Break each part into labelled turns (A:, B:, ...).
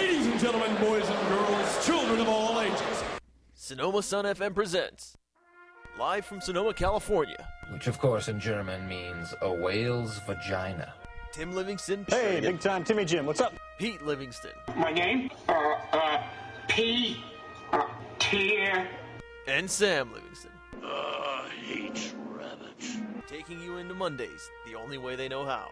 A: gentlemen, boys and girls, children of all ages.
B: Sonoma Sun FM presents live from Sonoma, California.
C: Which, of course, in German means a whale's vagina.
B: Tim Livingston.
D: Hey, big time Timmy Jim, what's up?
B: Pete Livingston.
E: My name? Uh, uh, P. Uh, T.
B: And Sam Livingston.
F: I Ah, hate rabbits.
B: Taking you into Mondays the only way they know how.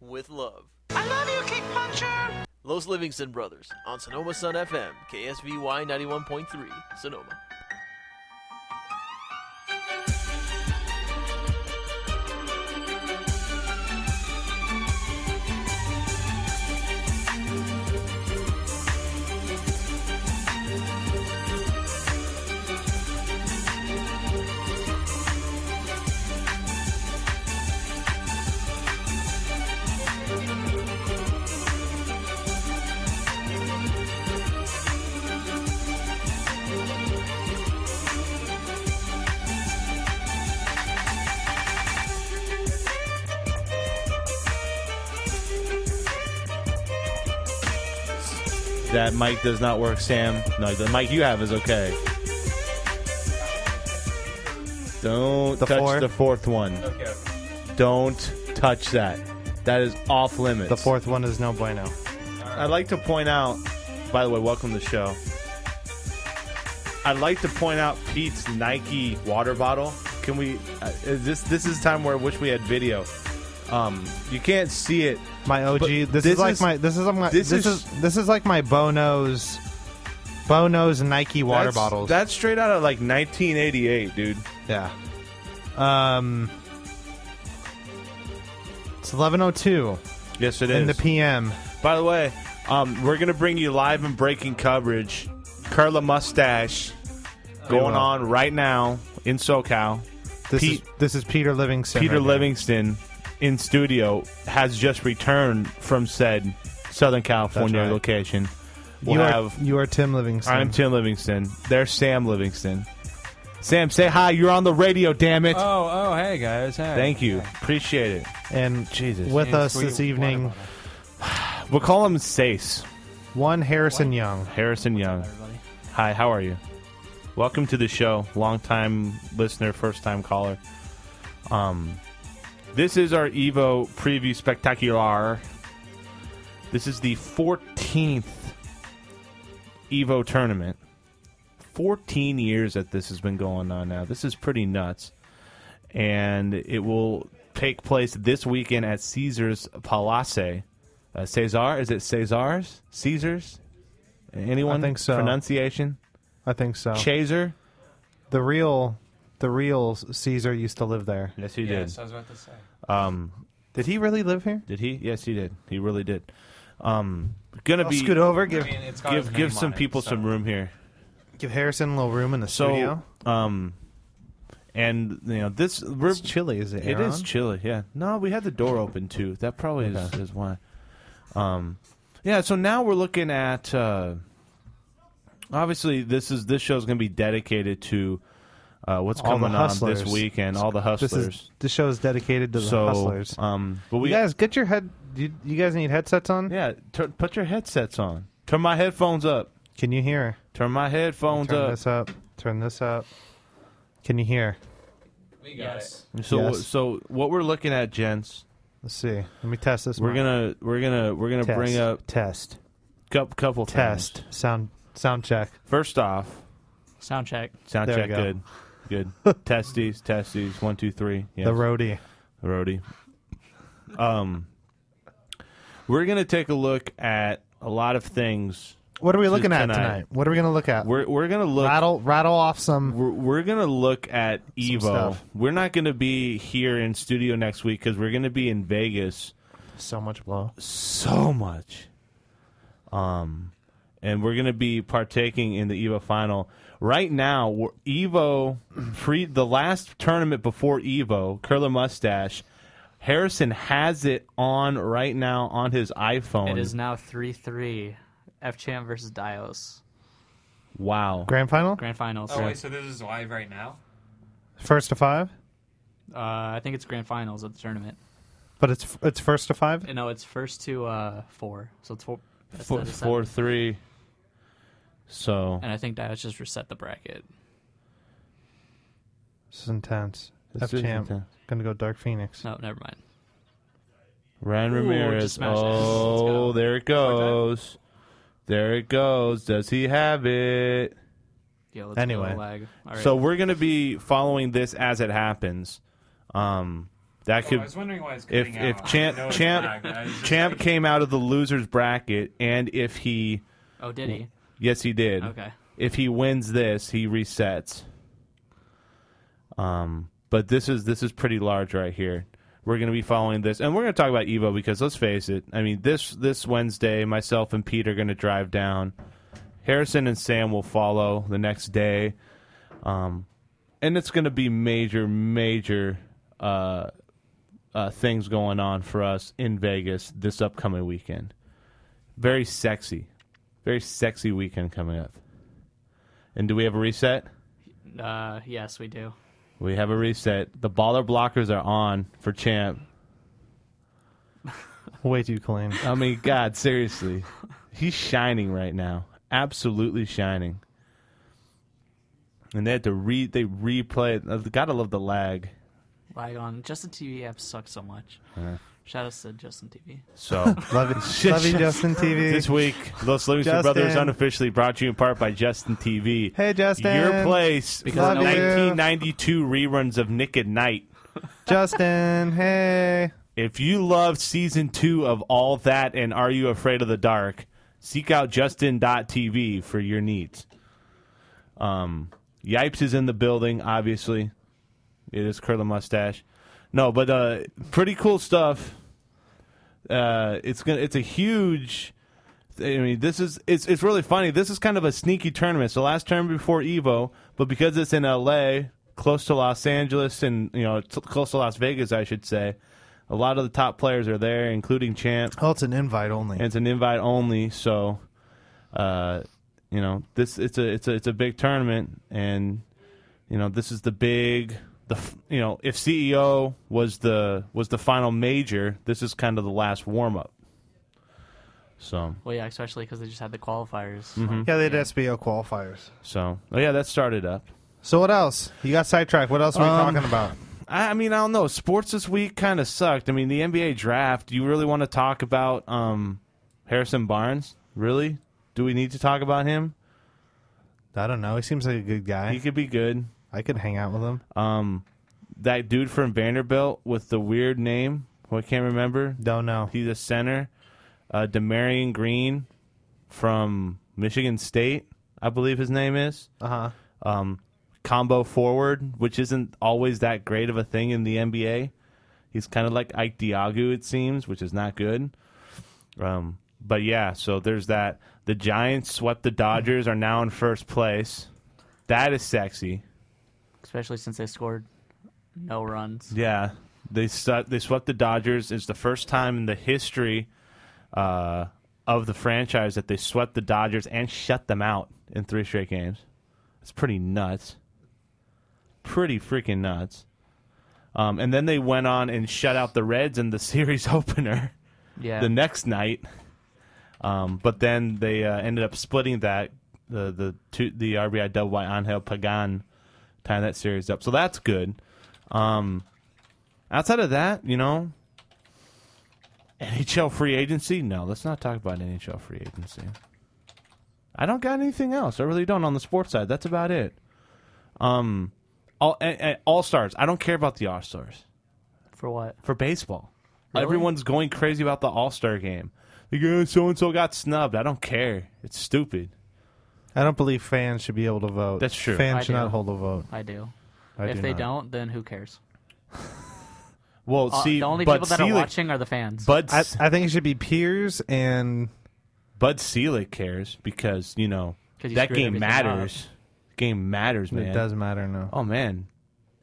B: With love.
G: I love you, Kick Puncher!
B: Los Livingston Brothers on Sonoma Sun FM, KSVY 91.3, Sonoma.
H: That mic does not work, Sam. No, the mic you have is okay. Don't
I: The
H: touch
I: fourth?
H: the fourth one. Okay. Don't touch that. That is off limits.
I: The fourth one is no bueno.
H: I'd like to point out, by the way, welcome to the show. I'd like to point out Pete's Nike water bottle. Can we? Uh, is this this is time where I wish we had video. Um, you can't see it.
I: My OG.
H: But
I: This,
H: this
I: is like
H: is-
I: my. This is like my.
H: this
I: This,
H: is-
I: is this is like my Bono's, Bono's Nike water
H: That's-
I: bottles.
H: That's straight out of like 1988, dude.
I: yeah. Um. It's eleven oh two
H: Yes, it is.
I: in the PM.
H: By the way, um, we're gonna bring you live and breaking coverage. Curla mustache going
I: will.
H: on right now in SoCal.
I: This
H: Pete-
I: is this is Peter Livingston.
H: Peter
I: right now.
H: Livingston in studio has just returned from said Southern California
I: right.
H: location. We'll
I: you
H: have
I: are you are Tim Livingston.
H: I'm Tim Livingston. There's Sam Livingston. Sam, say hi. You're on the radio. Damn it!
J: Oh, oh, hey guys. Hey.
H: Thank you. Appreciate it.
I: and
H: Jesus.
I: with us
J: sweet
I: this evening,
J: watermelon.
H: We'll call him Sace.
I: one Harrison Young.
H: Harrison Young. Hi, how are you? Welcome to the show. Long time listener, first time caller. Um, this is our Evo preview spectacular. This is the 14th Evo tournament. 14 years that this has been going on now. This is pretty nuts. And it will take place this weekend at Caesar's Palace. Uh, Cesar? Is it Cesar's? Caesar's? Anyone?
I: I think so. Oh.
H: Pronunciation?
I: I think so.
H: Chaser?
I: the real, the real Caesar used to live there.
H: Yes, he
J: Yes,
H: did.
J: I was about to say.
H: Um,
I: Did he really live here?
H: did he? Yes, he did. He really did. Um, gonna
I: I'll
H: be
I: scoot over.
J: I
I: Give
J: mean, it's got his
H: give give
J: name
H: some
J: on it,
H: people
J: so-
H: some room here.
I: give Harrison a little room in the
H: So,
I: studio.
H: um, and you know this we're,
I: It's chilly, is it?
H: It
I: Aaron?
H: is chilly, yeah. No, we had the door open too. That probably is, is why. Um, yeah. So now we're looking at. Uh, obviously, this is this show is going to be dedicated to uh, what's
I: All the
H: coming on this
I: hustlers.
H: weekend. All the
I: This
H: hustlers.
I: is this show is dedicated to the
H: so,
I: hustlers.
H: um, but
I: you
H: we
I: guys, get your head. You, you guys need headsets on.
H: yeah. Tur- put your headsets on. Turn my headphones up.
I: Can you hear?
H: Turn my headphones
I: Turn
H: up.
I: this up. Turn this up. Can you hear?
J: We got yes.
H: So
I: Yes.
H: so what we're looking at, gents.
I: Let's see. Let me test this.
H: We're
I: mic.
H: gonna we're gonna we're gonna
I: Test.
H: bring up
I: test
H: couple couple
I: test
H: things.
I: sound sound check.
H: First off,
K: Sound check.
H: Sound
I: There we
H: check.
I: go.
H: Good. Good. testes. Testes. One, two, three. Yes.
I: The roadie.
H: roadie. Um, we're gonna take a look at a lot of things.
I: What are we looking at
H: tonight.
I: tonight? What are we gonna look at?
H: We're we're gonna look.
I: rattle rattle off some.
H: We're, we're gonna look at Evo.
I: stuff.
H: We're not gonna be here in studio next week because we're gonna be in Vegas
I: So much blow.
H: so much. Um, and we're gonna be partaking in the Evo final right now. we're- Evo pre the last tournament before Evo, Curler Mustache. Harrison has it on right now on his iPhone.
K: It is now 3 3. FChamp versus Dios.
H: wow.
I: Grand final.
K: Grand finals.
J: Oh, wait, so this is live right now?
I: First to five.
K: Uh, I think it's grand finals of the tournament.
I: But it's it's first to five.
K: No, it's first to uh, four. So it's four. that's
H: Four,
K: the
H: four, three. So
K: And I think Dios just reset the bracket.
I: This is intense.
H: This
I: F
H: is
I: champ.
H: intense.
I: Gonna go Dark Phoenix.
K: No, never mind.
H: Ryan
K: Ooh, just
H: Ramirez.
K: smash it. Let's
H: Oh,
K: go.
H: there it goes. There it goes. Does he have it?
K: Yeah, let's go
I: Anyway.
K: lag. All right.
H: So we're gonna be following this as it happens. Um, that
J: Oh, I
H: could
J: was wondering why it's
H: if
J: cutting out.
H: if
J: I know
H: champ
J: it's
H: champ
J: lagged. I was just
H: champ
J: like-
H: came out of the losers bracket, and if he
K: oh, did he?
H: yes he did.
K: Okay.
H: If he wins this, he resets. Um, but this is this is pretty large right here. We're going to be following this, and we're going to talk about Evo because let's face it. I mean this this Wednesday, myself and Pete are going to drive down. Harrison and Sam will follow the next day, um, and it's going to be major major uh, uh, things going on for us in Vegas this upcoming weekend. Very sexy, very sexy weekend coming up. And do we have a reset?
K: Uh, yes, we do.
H: We have a reset. The baller blockers are on for champ.
I: Way too clean.
H: I mean, God, seriously, he's shining right now. Absolutely shining. And they had to re they replay. it. I've Gotta love the lag.
K: Lag on. Justin TV app sucks so much.
I: Uh-huh.
K: Shout out to Justin TV.
H: So
I: Love it. Love you, Justin TV.
H: this week, Los Livingston
I: Justin.
H: Brothers unofficially brought to you in part by Justin TV.
I: Hey, Justin.
H: Your place for
I: Love you.
H: 1992 reruns of Nick at Night.
I: Justin. Hey.
H: If you love season two of All That and Are You Afraid of the Dark, seek out Justin.tv for your needs. Um, Yipes is in the building, obviously. It is Curly Mustache. No, but uh, pretty cool stuff. Uh, it's gonna. It's a huge. I mean, this is it's it's really funny. This is kind of a sneaky tournament. It's the last tournament before Evo, but because it's in L.A., close to Los Angeles, and you know, t- close to Las Vegas, I should say, a lot of the top players are there, including Champ.
I: Oh, it's an invite only.
H: And it's an invite only, so uh, you know this it's a it's a it's a big tournament, and you know this is the big the f- you know if CEO was the was the final major, this is kind of the last warm up. So.
K: Well, yeah, especially because they just had the qualifiers.
I: Mm-hmm. yeah, they did SBO qualifiers.
H: So, oh yeah, that started up.
I: So what else? You got sidetracked. What else are we
H: Um,
I: talking about?
H: I, I mean, I don't know. Sports this week kind of sucked. I mean, the NBA draft. Do you really want to talk about um, Harrison Barnes? Really? Do we need to talk about him?
I: I don't know. He seems like a good
H: He
I: guy.
H: could be good.
I: I could hang out with him.
H: That dude from Vanderbilt with the weird name, who I can't remember.
I: Don't know.
H: He's a center. Uh, Demarion Green from Michigan State, I believe his name is.
I: Uh huh.
H: combo forward, which isn't always that great of a thing in the NBA. He's kind of like Ike Diagu, it seems, which is not good. Um, but yeah, so there's that. The Giants swept the Dodgers, are now in first place. That is sexy.
K: Especially since they scored no runs.
H: Yeah, they su- they swept the Dodgers. It's the first time in the history uh, of the franchise that they swept the Dodgers and shut them out in three straight games. It's pretty nuts. Pretty freaking nuts. Um, and then they went on and shut out the Reds in the series opener
K: Yeah.
H: the next night. Um, but then they uh, ended up splitting that the the two, the RBI double by Angel Pagan, tying that series up. So that's good. Um, outside of that, you know, NHL free agency. No, let's not talk about NHL free agency. I don't got anything else. I really don't on the sports side. That's about it. Um, all all stars. I don't care about the all stars
K: For what?
H: for baseball. Everyone's going crazy about the All Star game. Like, so and so got snubbed. I don't care. It's stupid.
I: I don't believe fans should be able to vote.
H: That's true.
I: Fans
K: I
I: should
K: do.
I: not hold a vote.
K: I do.
I: I
K: if
I: do
K: they
I: not.
K: don't, then who cares?
H: Well,
K: Uh,
H: see,
K: the only
H: but
K: people that
H: Selig-
K: are watching are the fans.
H: Bud,
I: I, I think it should be peers and
H: Bud Selig cares because you know
K: 'Cause he
H: that
K: screwed
H: game
K: everything
H: matters. Game matters, man.
I: it does matter now.
H: Oh man,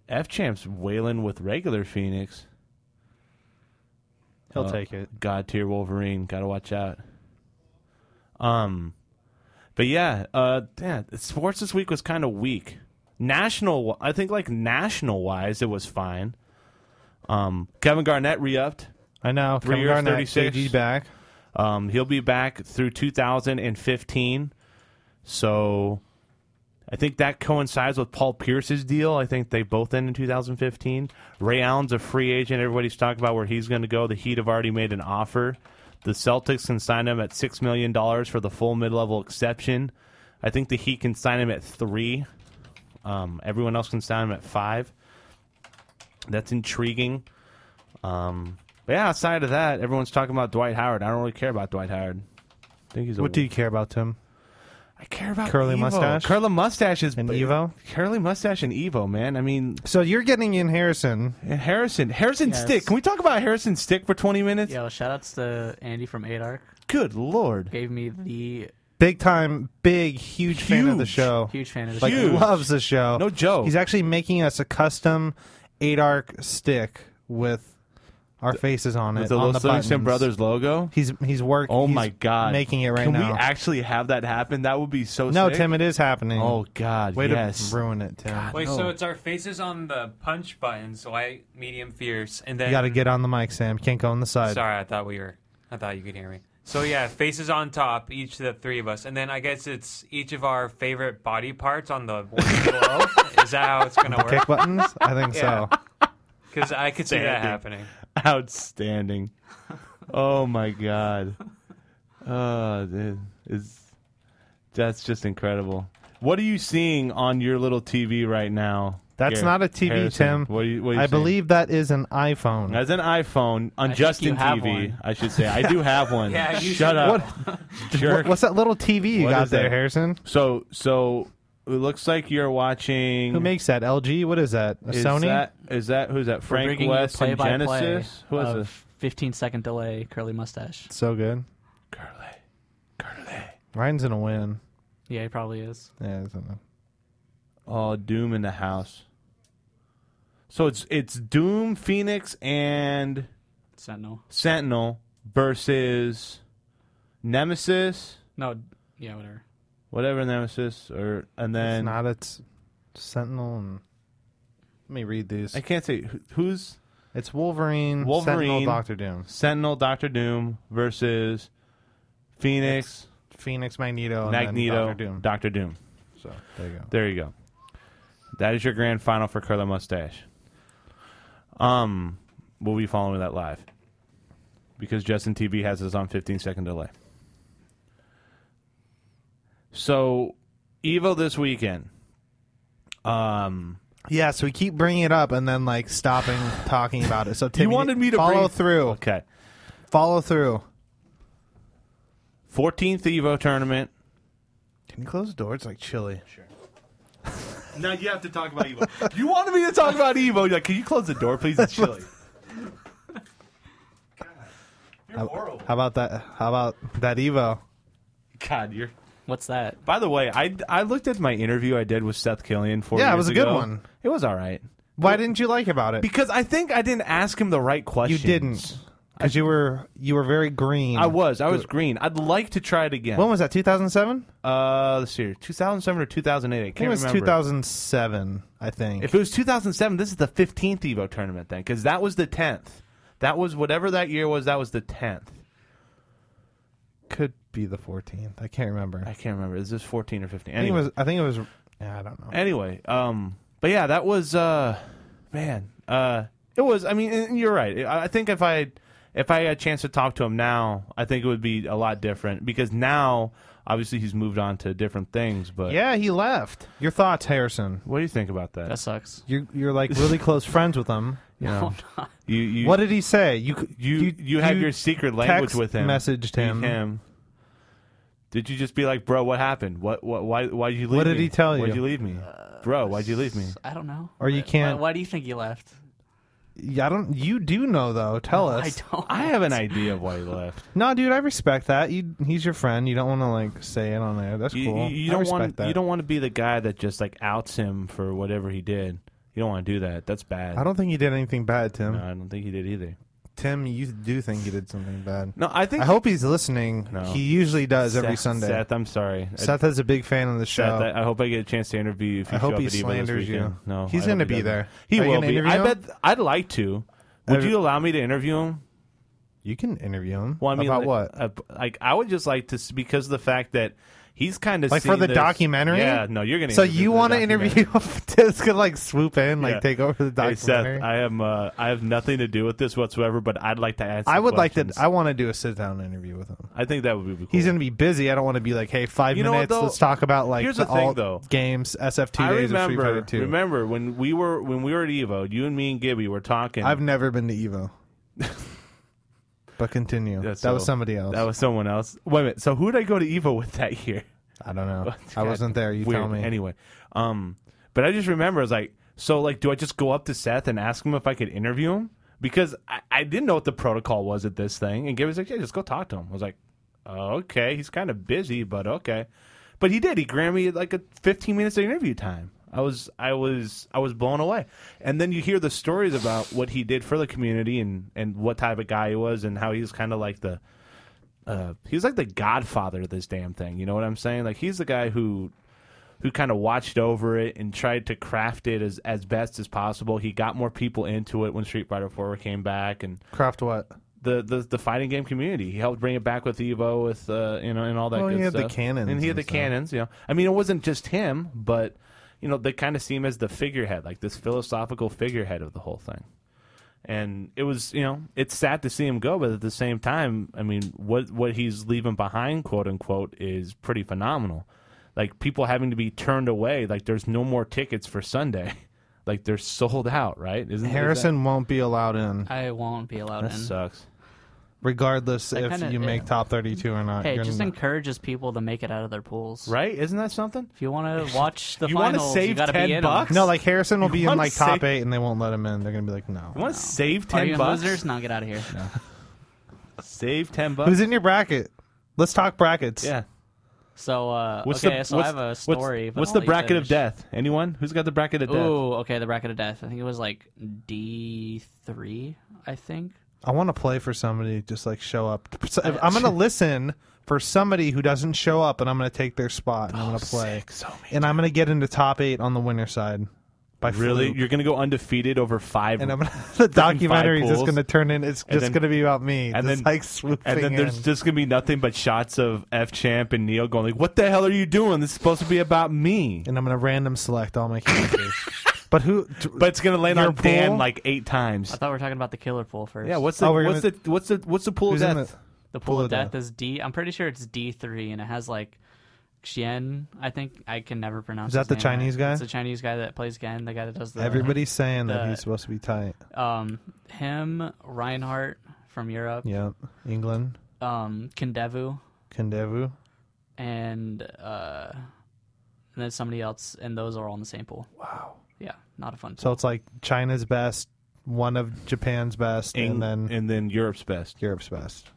H: F Champ's wailing with regular Phoenix.
I: He'll
H: Uh,
I: take it.
H: God tier Wolverine. Gotta watch out. Um, but yeah, uh, damn, sports this week was kind of weak. National, I think like national wise, it was fine. Um, Kevin Garnett re-upped.
I: I know.
H: Three
I: Kevin
H: years,
I: Garnett,
H: 36.
I: JG back.
H: Um, he'll be back through 2015. So I think that coincides with Paul Pierce's deal. I think they both end in 2015. Ray Allen's a free agent. Everybody's talking about where he's going to go. The Heat have already made an offer. The Celtics can sign him at six million dollars for the full mid-level exception. I think the Heat can sign him at three. Um, everyone else can sign him at five. That's intriguing. Um, but yeah, outside of that, everyone's talking about Dwight Howard. I don't really care about Dwight Howard. I think he's a
I: What do you care about, Tim?
H: I care about
I: Curly
H: Evo.
I: mustache?
H: Curly mustache is
I: And Evo?
H: Curly mustache and Evo, man. I mean,
I: So you're getting in Harrison.
H: and Harrison, Harrison
K: Yes.
H: Stick. Can we talk about Harrison Stick for twenty minutes?
K: Yo, shout outs to Andy from 8 Arc.
H: Good lord,
K: Gave me the
I: Big time, big, huge, fan of the
H: Huge.
I: show.
K: huge fan of the
I: Like
K: show.
I: loves the show.
H: no joke.
I: He's actually making us a custom eight arc stick with our faces on it.
H: the
I: on
H: Los
I: the
H: Livingston
I: buttons.
H: Brothers logo.
I: He's he's working.
H: Oh my god,
I: making it right
H: Can
I: now.
H: we actually have that happen? That would be so.
I: no,
H: sick.
I: Tim, it is happening.
H: Oh god,
I: way
H: yes.
I: to ruin it, Tim.
J: Wait, so it's our faces on the punch button, so I medium fierce, and then
I: You got to get on the mic, Sam. Can't go on the side.
J: Sorry, I thought we were. I thought you could hear me. So yeah, faces on top, each of the three of us, and then I guess it's each of our favorite body parts on the one below. Is that how it's gonna work?
I: Kick buttons? I think so.
J: Because I could see that
H: Standing.
J: happening.
H: Outstanding. oh my god. Uh, th- is that's just incredible. What are you seeing on your little TV right now?
I: That's
H: Garrett
I: not a TV,
H: Harrison?
I: Tim.
H: What are you, what are you
I: I
H: seeing?
I: believe that is an iPhone.
H: as an iPhone on
K: think you
H: Justin
K: have
H: TV.
K: one.
H: I should say I do have one.
J: Yeah, you
H: Shut
J: should-
H: up, jerk.
I: What's that little TV you
H: What
I: got
H: is
I: there,
H: that?
I: Harrison?
H: so so it looks like you're watching.
I: Who makes that? LG? What is that? A
H: is
I: Sony?
H: That, is that who's that?
K: We're
H: Frank
K: bringing you
H: West and
K: play-by-play
H: Genesis. Who is
K: of
H: this?
K: 15 second delay, curly mustache.
I: So good. Ryan's gonna win.
K: Yeah, he probably is.
I: Yeah, he's gonna-
H: Oh, Doom in the house. So it's it's Doom, Phoenix, and
K: Sentinel.
H: Sentinel versus Nemesis,
K: No, yeah, whatever.
H: whatever Nemesis, or and
I: it's
H: then
I: not. It's Sentinel. And, let me read these.
H: I can't say who- who's
I: It's Wolverine,
H: Wolverine.
I: Sentinel, Doctor Doom,
H: Sentinel, Doctor Doom versus Phoenix,
I: Phoenix, Magneto,
H: Magneto,
I: Oh, and then Doctor Doom.
H: Doctor Doom.
I: so there you go.
H: There you go. That is your grand final for Curly Mustache. Um, we'll be following that live because Justin TV has us on 15 second delay. So, Evo this weekend. Um,
I: Yeah, so we keep bringing it up and then like stopping talking about it. So Tim,
H: wanted me to
I: follow
H: bring-
I: through.
H: okay,
I: Follow through.
H: 14th Evo tournament.
I: Can you close the door? It's like chilly. Sure.
H: Now you have to talk about Evo. you wanted me to talk about Evo. Like, can you close the door, please? It's chilly.
I: How, how about that? How about that Evo?
H: God, you're.
K: What's that?
H: By the way, I, I looked at my interview I did with Seth Killian four
I: Yeah, it
H: years
I: was a good
H: ago.
I: one.
H: It was all right.
I: Why didn't you like about it?
H: Because I think I didn't ask him the right
I: you
H: questions.
I: didn't, because you were you were very green.
H: I was. I was green. I'd like to try it again.
I: When was that? Two thousand seven.
H: uh, let's see here. 2007 or 2008. I can't
I: I think it was
H: remember.
I: 2007, I think.
H: If it was 2007, this is the 15th Evo tournament then, because that was the 10th. That was whatever that year was. That was the 10th.
I: could be the 14th. I can't remember.
H: I
I: I
H: can't remember. Is this 14 or 15?
I: think it
H: Anyway,
I: was. I think it was. Yeah, I don't know.
H: anyway. Um, but yeah, that was. Uh, man. Uh, it was. I mean, and you're right. I I think if I if I had a chance to talk to him now, I think it would be a lot different because now obviously he's moved on to different things. But
I: Yeah, he left. Your thoughts, Harrison?
H: What do you think about that?
K: That sucks.
I: You're you're like really close friends with him.
K: No, I'm not.
H: you, you,
I: What did he say? You c-
H: you, you, have your secret language
I: text
H: with him.
I: messaged him.
H: With him. Did you just be like, bro? What happened? What? What? Why? Why did you leave?
I: What did
H: me?
I: he tell
H: Why'd
I: you?
H: you leave me, bro? Why'd you leave me?
K: I don't know.
I: or you
K: Why,
I: can't.
K: why do you think he left?
I: I don't. You do know though. Tell us.
K: I don't.
H: I have an idea of why he left.
I: No, dude, I respect that. You, he's your friend. You don't want to like say it on there. That's
H: You,
I: cool.
H: you,
I: I
H: you don't
I: respect
H: want.
I: that.
H: You don't want to be the guy that just like outs him for whatever he did. You don't want to do that. That's bad.
I: I don't think he did anything bad, Tim.
H: No, I don't think he did either.
I: Tim, you do think he did something bad.
H: No, I think.
I: I hope he's listening.
H: No.
I: He usually does every
H: Seth-
I: Sunday.
H: Seth, I'm sorry. I-
I: Seth is a big fan of the show.
H: Seth, I, I hope I get a chance to interview you. If you
I: I
H: show
I: hope
H: up
I: he
H: at Evo this
I: slanders you.
H: weekend. No, I
I: He's
H: hope
I: gonna
H: he
I: be
H: doesn't.
I: there.
H: He
I: Are you
H: will
I: gonna
H: be.
I: interview
H: I
I: him?
H: bet. I'd like to. Would
I: I'd-
H: you allow me to interview him?
I: you can interview him.
H: Well, I mean, like,
I: about what?
H: uh, like, I would just like to s- because of the fact that He's kind of
I: Like for the documentary?
H: Yeah, no, you're gonna.
I: So
H: interview for
I: you
H: the
I: want to interview?
H: documentary.
I: This could like swoop in, like
H: Yeah.
I: take over the
H: Hey
I: documentary.
H: Seth, I am. Uh, I have nothing to do with this whatsoever, but I'd like to ask.
I: I would like to. I want to do a sit down interview with him.
H: I, think that would be cool.
I: He's going to be busy. I don't want to be like, hey, five
H: You know what,
I: minutes.
H: though?
I: let's talk about like
H: Here's
I: the,
H: the thing,
I: alt
H: though.
I: games, SF2
H: I
I: days of Street
H: remember.
I: Fighter 2.
H: Remember when we were when we were at Evo, you and me and Gibby were talking.
I: I've never been to Evo. but continue.
H: Yeah,
I: that
H: so-
I: was somebody else.
H: That was someone else. Wait a minute. So who did I go to Evo with that year?
I: I don't know. I
H: God,
I: wasn't there. You
H: weird.
I: tell me.
H: Anyway, um, but I just remember I was like, so like, do I just go up to Seth and ask him if I could interview him? Because I, I didn't know what the protocol was at this thing, and Gibby's like, yeah, just go talk to him. I was like, "Oh, okay, he's kind of busy, but okay. But he did. He granted me like a 15 minutes of interview time. I was I was I was blown away. And then you hear the stories about what he did for the community and and what type of guy he was and how he was kind of like the uh, he's like the godfather of this damn thing. You know what I'm saying? Like he's the guy who who kind of watched over it and tried to craft it as as best as possible. He got more people into it when Street Fighter 4 came back and
I: Craft what?
H: the, the the fighting game community. He helped bring it back with Evo with uh, you know and all that
I: Well,
H: good
I: he had the
H: stuff.
I: cannons
H: And he had
I: and
H: the
I: stuff.
H: cannons, you know. I mean it wasn't just him, but you know, they kind of see him as the figurehead, like this philosophical figurehead of the whole thing. And it was, you know, it's sad to see him go, but at the same time, I mean, what what he's leaving behind, quote unquote, is pretty phenomenal. Like people having to be turned away, like there's no more tickets for Sunday. Like they're sold out, right? Isn't is that-
I: Harrison won't be allowed in,
K: I won't be allowed
H: that
K: in.
H: sucks.
I: regardless
K: That
I: if
K: kinda-
I: you make
K: yeah.
I: top thirty-two or not.
K: Hey, it
I: You're
K: just
I: not-
K: encourages people to make it out of their pools.
H: Right? Isn't that something?
K: If you want to watch the
H: You wanna
K: finals, you
H: save
K: got to
H: 10
K: be in 'em.
H: bucks?
I: no, like Harrison will
H: You
I: be in
H: wanna
I: like top
H: say-
I: eight, and they won't let him in. They're gonna be like, no.
H: You want to save
K: Are
H: ten
K: you in
H: bucks?
K: losers? No, get out of here.
H: Save ten bucks.
I: Who's in your bracket? Let's talk brackets.
H: yeah.
K: So, uh, okay, so I have a story.
H: What's,
K: but
H: what's
K: I'll
H: the
K: let you
H: bracket of
K: finish.
H: death? Anyone? Who's got the bracket of death?
K: Ooh, okay, the bracket of death. I think it was like D three. I think.
I: I want to play for somebody. Just like show up. So, if- I'm gonna listen for somebody who doesn't show up, and I'm gonna take their spot. And I'm gonna play,
H: Oh, So many.
I: and I'm gonna get into top eight on the winner side. By
H: Really?
I: fluke.
H: You're gonna go undefeated over five,
I: and I'm gonna, the documentary is just
H: pools.
I: going to turn in. It's
H: And
I: just
H: then-
I: going to be about me,
H: and
I: just
H: then-
I: like swooping
H: and then there's
I: in.
H: just gonna be nothing but shots of F Champ and Neil going like, "What the hell are you doing? This is supposed to be about me."
I: and I'm going to random select all my characters. but who? t-
H: But it's gonna land
I: Your
H: on Dan
I: pool?
H: like eight times.
K: I thought we were talking about the killer pool first.
H: Yeah. What's the
I: Oh, we're
H: what's
I: gonna-
H: the what's the what's the pool of
I: who's in
H: death?
I: the-
K: The pool,
I: Pool
K: of
I: of
K: death,
I: Death.
K: is D. I'm pretty sure it's D three, and it has like Xian. I think I can never pronounce.
I: Is that
K: his
I: the
K: name
I: Chinese
K: right.
I: guy?
K: It's the Chinese guy that plays Gen. The guy that does the
I: Everybody's saying that
K: the-
I: he's supposed to be tight.
K: Um, him Reinhardt from Europe.
I: Yep. England,
K: Um, Kendevu
I: Kendevu.
K: and uh, and then somebody else, and those are all in the same pool. Wow. Yeah, not a fun.
I: So
K: Pool.
I: it's like China's best, one of Japan's best,
H: Eng-
I: and then
H: and then Europe's best.
I: Europe's best.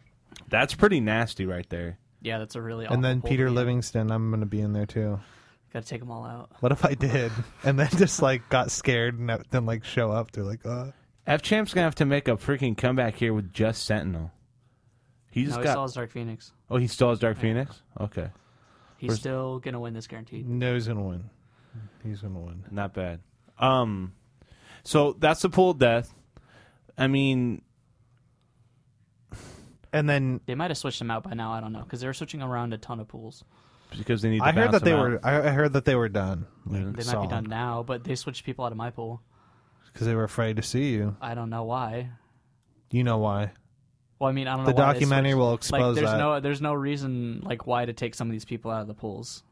H: That's pretty nasty right there.
K: yeah, that's a really. awful
I: And then
K: pool
I: Peter
K: to be in.
I: Livingston, I'm going to be in there too.
K: Gotta take them all out.
I: What if I did? And then just like got scared and then like show up. They're like, uh.
H: F Champ's gonna have to make a freaking comeback here with just Sentinel. He just
K: No, he
H: got.
K: still has Dark Phoenix.
H: oh, he still has Dark Phoenix. Okay,
K: He's still gonna win this guaranteed.
I: No, he's going to win. He's going to win.
H: not bad. Um, so that's the pool of death. I mean,
I: And then
K: They might have switched him out by now. I don't know because they're switching around a ton of pools.
H: because they need. To
I: I heard
H: bounce
I: that they
H: him
I: were.
H: out.
I: I I heard that they were done.
K: They might be done now, but they switched people out of my pool.
I: because they were afraid to see you.
K: I don't know why.
I: You know why?
K: Well, I mean, I don't
I: The
K: know. why they
I: documentary
K: switched-
I: will
K: Like,
I: expose
K: there's
I: that.
K: no, there's no reason like why to take some of these people out of the pools.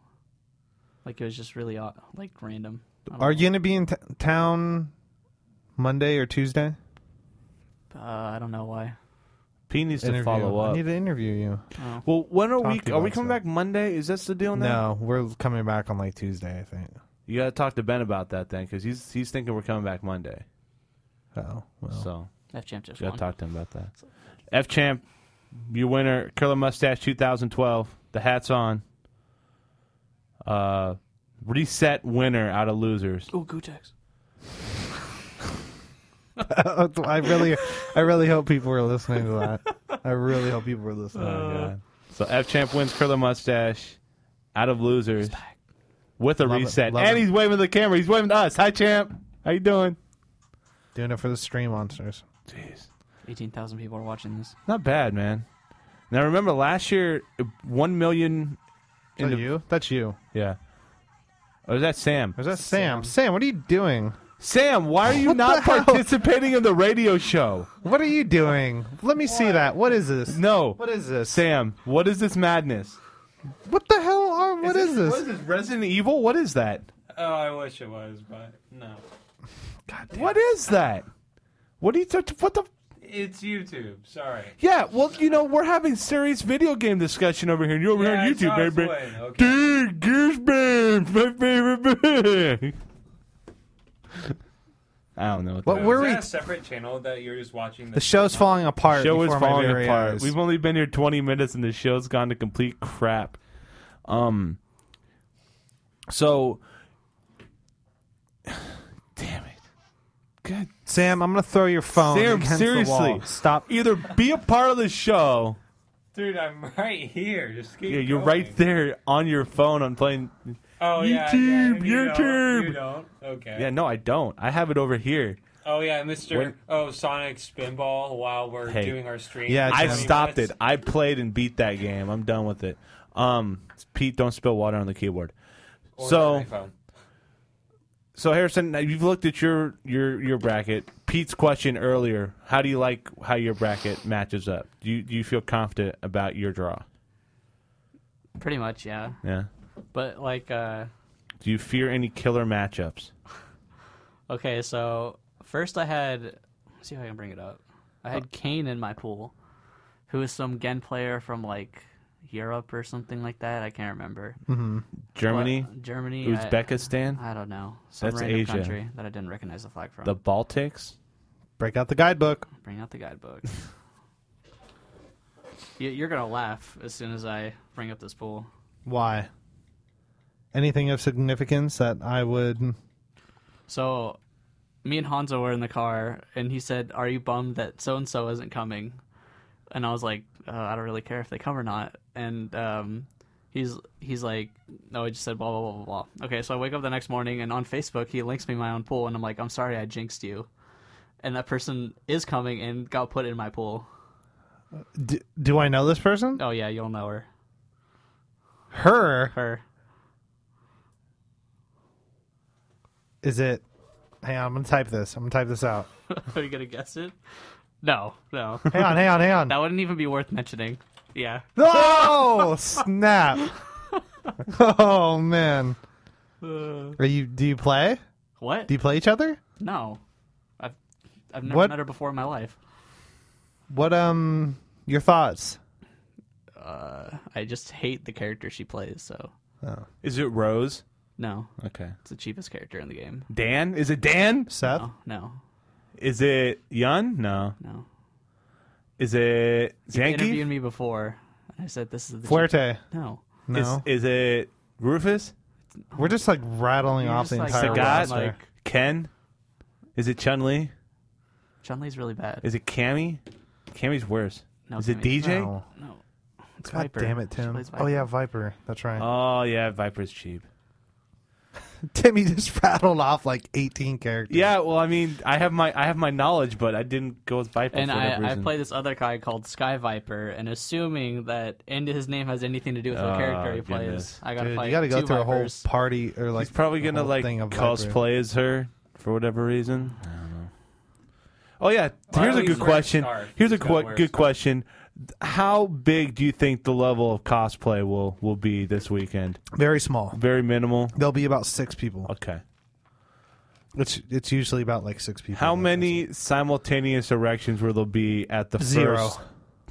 K: Like it was just really au- like random. I don't
I: Are you gonna be in t- town Monday or Tuesday?
K: know. Uh, I don't know why.
H: P needs to
I: Interview.
H: follow
I: I
H: up.
I: need to interview you.
H: well, when are
I: Talk
H: we?
I: to
H: Are we
I: Boxer.
H: coming back Monday? Is this the deal now?
I: No, we're coming back on like Tuesday, I think.
H: You gotta talk to Ben about that then, because he's he's thinking we're coming back Monday.
I: Oh well.
H: So
K: F champ just
H: you
K: won.
H: gotta talk to him about that. F Champ, your winner, Curler Mustache 2012. The hat's on. Uh, reset winner out of losers.
K: Ooh, Gutex.
I: I really, I really hope people were listening to that. I really hope people were listening.
H: Oh, So F Champ wins Curler Mustache out of losers with a
I: Love it,
H: reset,
I: love
H: and
I: it.
H: he's waving to the camera. He's waving to us. Hi Champ, how you doing?
I: Doing it for the stream monsters.
H: Jeez,
K: Eighteen thousand people are watching this.
H: not bad, man. Now remember last year, one million
I: Is that you? That's you.
H: Yeah. Or is that Sam?
I: Or is that Sam? Sam? what are you doing?
H: Sam, why are you
I: What
H: not
I: the hell?
H: participating in the radio show?
I: What are you doing? Let me see that. What is this?
H: No.
I: What is this?
H: Sam, what is this madness?
I: What the hell are? What is,
H: What is
I: this?
H: this? Resident Evil? What is that?
J: Oh, I wish it was, but no.
H: What is that? What do you? T- what the?
J: It's YouTube. Sorry.
H: Yeah. Well, you know, we're having serious video game discussion over here, and you're over
J: Yeah,
H: here
J: I
H: on
J: saw
H: YouTube,
J: his
H: baby.
J: win, okay.
H: Dude, Gears Band, my favorite band. I don't know. What,
I: What
H: that
I: were
J: Is
I: we?
J: that a separate channel that you're just watching?
I: The show's falling apart.
H: show is
I: before my
H: falling
I: very
H: apart.
I: eyes.
H: We've only been here 20 minutes and the show's gone to complete crap. Um so damn it. Good.
I: Sam, I'm gonna throw your phone.
H: Sam,
I: against
H: seriously.
I: Oh, the wall. stop.
H: Either be a part of the show.
J: Dude, I'm right here. Just keep
H: Yeah, you're
J: going.
H: right there on your phone on playing
J: Oh yeah,
H: YouTube,
J: yeah, you don't,
H: YouTube.
J: You don't. Okay.
H: Yeah, no, I don't. I have it over here.
J: Oh yeah, Mr.
H: When-
J: Oh Sonic Spinball while we're
H: Hey.
J: doing our stream.
I: Yeah,
H: I
I: Jimmy,
H: stopped it.
J: That's-
H: I played and beat that game. I'm done with it. Um Pete, don't spill water on the keyboard.
J: or
H: so
J: my phone.
H: So Harrison, now you've looked at your your your bracket. Pete's question earlier: How do you like how your bracket matches up? Do you do you feel confident about your draw?
K: Pretty much, yeah.
H: Yeah.
K: But like, uh,
H: Do you fear any killer matchups?
K: okay, so first I had, let's see if I can bring it up. I
H: Uh.
K: had Kane in my pool, who is some Gen player from like Europe or something like that. I can't remember.
H: Germany,
K: But Germany, I-
H: Uzbekistan,
K: I, don't know. Some
H: That's
K: random
H: Asia.
K: country that I didn't recognize the flag from.
H: the Baltics.
I: Break out the guidebook.
K: Bring out the guidebook. You- You're gonna laugh as soon as I bring up this pool.
I: Why? Anything of significance that I would?
K: So, me and Hanzo were in the car, and he said, "Are you bummed that so and so isn't coming?" And I was like, uh, "I don't really care if they come or not." And um, he's he's like, "No, I just said blah blah blah blah blah." Okay, so I wake up the next morning, and on Facebook, he links me my own pool, and I'm like, "I'm sorry, I jinxed you." And that person is coming and got put in my pool.
I: D- do I know this person?
K: Oh yeah, you'll know her.
I: Her
K: Her.
I: is it? Hang on, I'm gonna type this. I'm gonna type this out.
K: Are you gonna guess it? No, no.
I: Hang on, hang on, hang on.
K: that wouldn't even be worth mentioning. Yeah.
I: No! snap. Oh man. Are you do you play?
K: What?
I: Do you play each other?
K: No. I've I've never
I: What?
K: met her before in my life.
I: What um your thoughts?
K: I just hate the character she plays, so
H: Is it Rose?
K: no.
H: Okay.
K: It's the cheapest character in the game.
H: Dan? Is it Dan?
I: Seth?
K: Oh, no.
H: Is it Yun? No.
K: No.
H: Is it
K: They interviewed
H: Zanky?
K: me before and I said this is the cheap-
I: Fuerte.
K: No.
I: No.
H: Is, is it Rufus?
I: We're just like rattling
K: You're
I: off the
K: just, like,
I: entire
K: going,
H: Sagat?
I: roster.
K: like
H: Ken? Is it Chun Li?
K: Chun Li's really bad.
H: Is it Cammy? Cammy's worse.
K: No,
H: is it
K: Cammy.
H: DJ?
I: No.
K: no. It's
I: God
K: Viper.
I: damn it,
K: She
I: Tim.
K: plays Uh,
I: Oh
K: Viper.
I: yeah, Viper. That's right.
H: Oh yeah, Viper's cheap.
I: Timmy just rattled off like eighteen characters.
H: Yeah, well, I mean, I have my I have my knowledge, but I didn't go with Viper
K: And
H: for whatever
K: I, I
H: reason.
K: play this other guy called Sky Viper, and assuming that and his name has anything to do with what
H: Oh,
K: character he
H: goodness.
K: plays, I gotta
I: Ah, Dude,
K: fight
I: you gotta go
K: two
I: through
K: Vipers.
I: a whole party or like
H: He's probably
I: a
H: gonna
I: whole
H: like
I: thing of Viper.
H: cosplay as her for whatever reason. I don't know. Oh yeah,
J: Why
H: here's a
J: don't we
H: good
J: wear a
H: question.
J: scarf?
H: Here's a
J: He's gotta
H: qu-
J: wear a
H: good
J: scarf.
H: question. How big do you think the level of cosplay will will be this weekend?
I: Very small.
H: Very minimal.
I: There'll be about six people.
H: Okay.
I: It's it's usually about like six people.
H: How
I: Like,
H: many simultaneous erections will there be at the
I: Zero.
H: first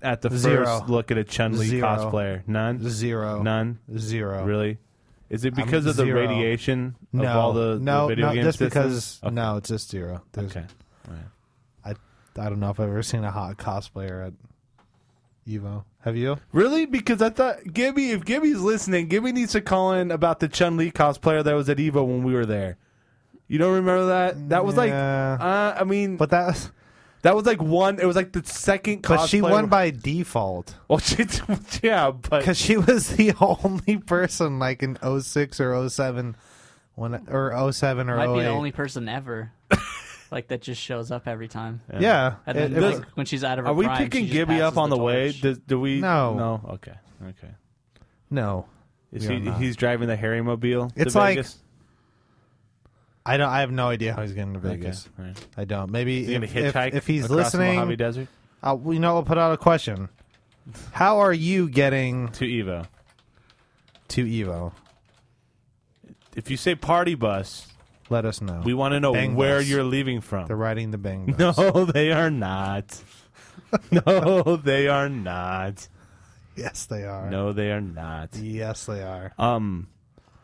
H: at the
I: Zero.
H: first look at a Chun Li
I: Zero.
H: cosplayer? None.
I: Zero.
H: None.
I: Zero.
H: Really? Is it because of the
I: zero.
H: radiation
I: No.
H: of all the, the
I: no.
H: video
I: no.
H: game
I: just
H: systems?
I: because. No, it's just zero. There's,
H: Okay.
I: I I don't know if I've ever seen a hot cosplayer at Evo. Have you?
H: Really? Because I thought Gibby, if Gibby's listening, Gibby needs to call in about the Chun Li cosplayer that was at Evo when we were there. You don't remember that? That was like,
I: Yeah.
H: uh, I mean,
I: But that.
H: that was like one. It was like the second.
I: But she
H: cosplayer-
I: won by default
H: Well, she, yeah, but
I: because she was the only person like in 06 or 07 when or 07 or
K: Might
I: 08.
K: be the only person ever, like that just shows up every time.
I: yeah.
K: And
I: it-
K: then
I: it
K: like,
I: was-
K: when she's out of her
H: are we
K: prime, she
H: picking
K: just
H: Gibby
K: passes
H: up on the, way?
K: torch.
H: Do, do we?
I: No.
H: No. Okay. Okay.
I: no.
H: Is
I: We
H: he,
I: are not.
H: he's driving the Harry Mobile?
I: It's
H: to
I: like-
H: Vegas?
I: I don't. I have no idea how he's getting to
H: Okay,
I: Vegas.
H: all right.
I: I don't. Maybe
H: He's gonna
I: if, if,
H: hitchhike
I: if he's
H: across the Mojave
I: listening,
H: Desert
I: uh, you know, I'll put out a question. How are you getting
H: to Evo.
I: to Evo?
H: If you say party bus,
I: Let us know.
H: we want to know
I: Bang
H: where
I: bus.
H: you're leaving from.
I: They're riding the bang. Bus.
H: No, they are not. no, they are not.
I: Yes, they are.
H: No, they are not.
I: Yes, they are.
H: Um,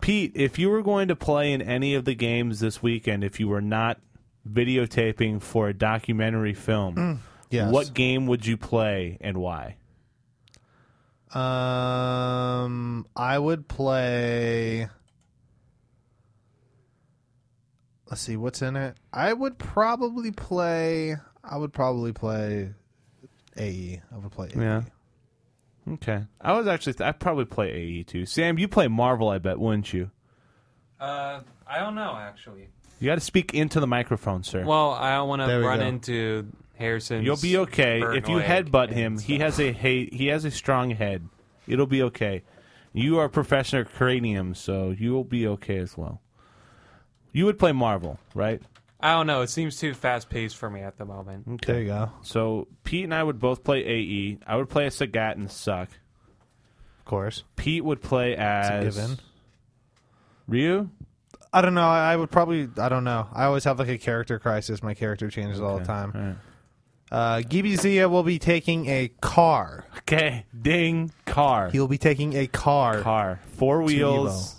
H: Pete, if you were going to play in any of the games this weekend, if you were not videotaping for a documentary film,
I: Mm. yes.
H: what game would you play and why?
I: Um, I would play. Let's see what's in it. I would probably play. I would probably play AE. I would play. E. AE.
H: Okay. I was actually, th- I'd probably play AE too. Sam, you play Marvel, I bet, wouldn't you?
J: Uh, I don't know actually.
H: You got to speak into the microphone, sir.
J: Well, I don't want
I: There
J: to
I: we
J: run
I: go.
J: into Harrison.
H: You'll be okay if you headbutt him. He has a ha- he has a strong head. It'll be okay. You are a professional cranium, so you will be okay as well. You would play Marvel, right?
J: I don't know. It seems too fast paced for me at the moment.
I: There you go.
H: So Pete and I would both play AE. I would play a Sagat and suck.
I: Of course.
H: Pete would play as
I: given.
H: Ryu.
I: I don't know. I, I would probably. I don't know. I always have like a character crisis. My character changes all the time.
H: All right.
I: Uh, Gibi Zia will be taking a car.
H: Okay, ding car,
I: He'll be taking a car.
H: car, four wheels,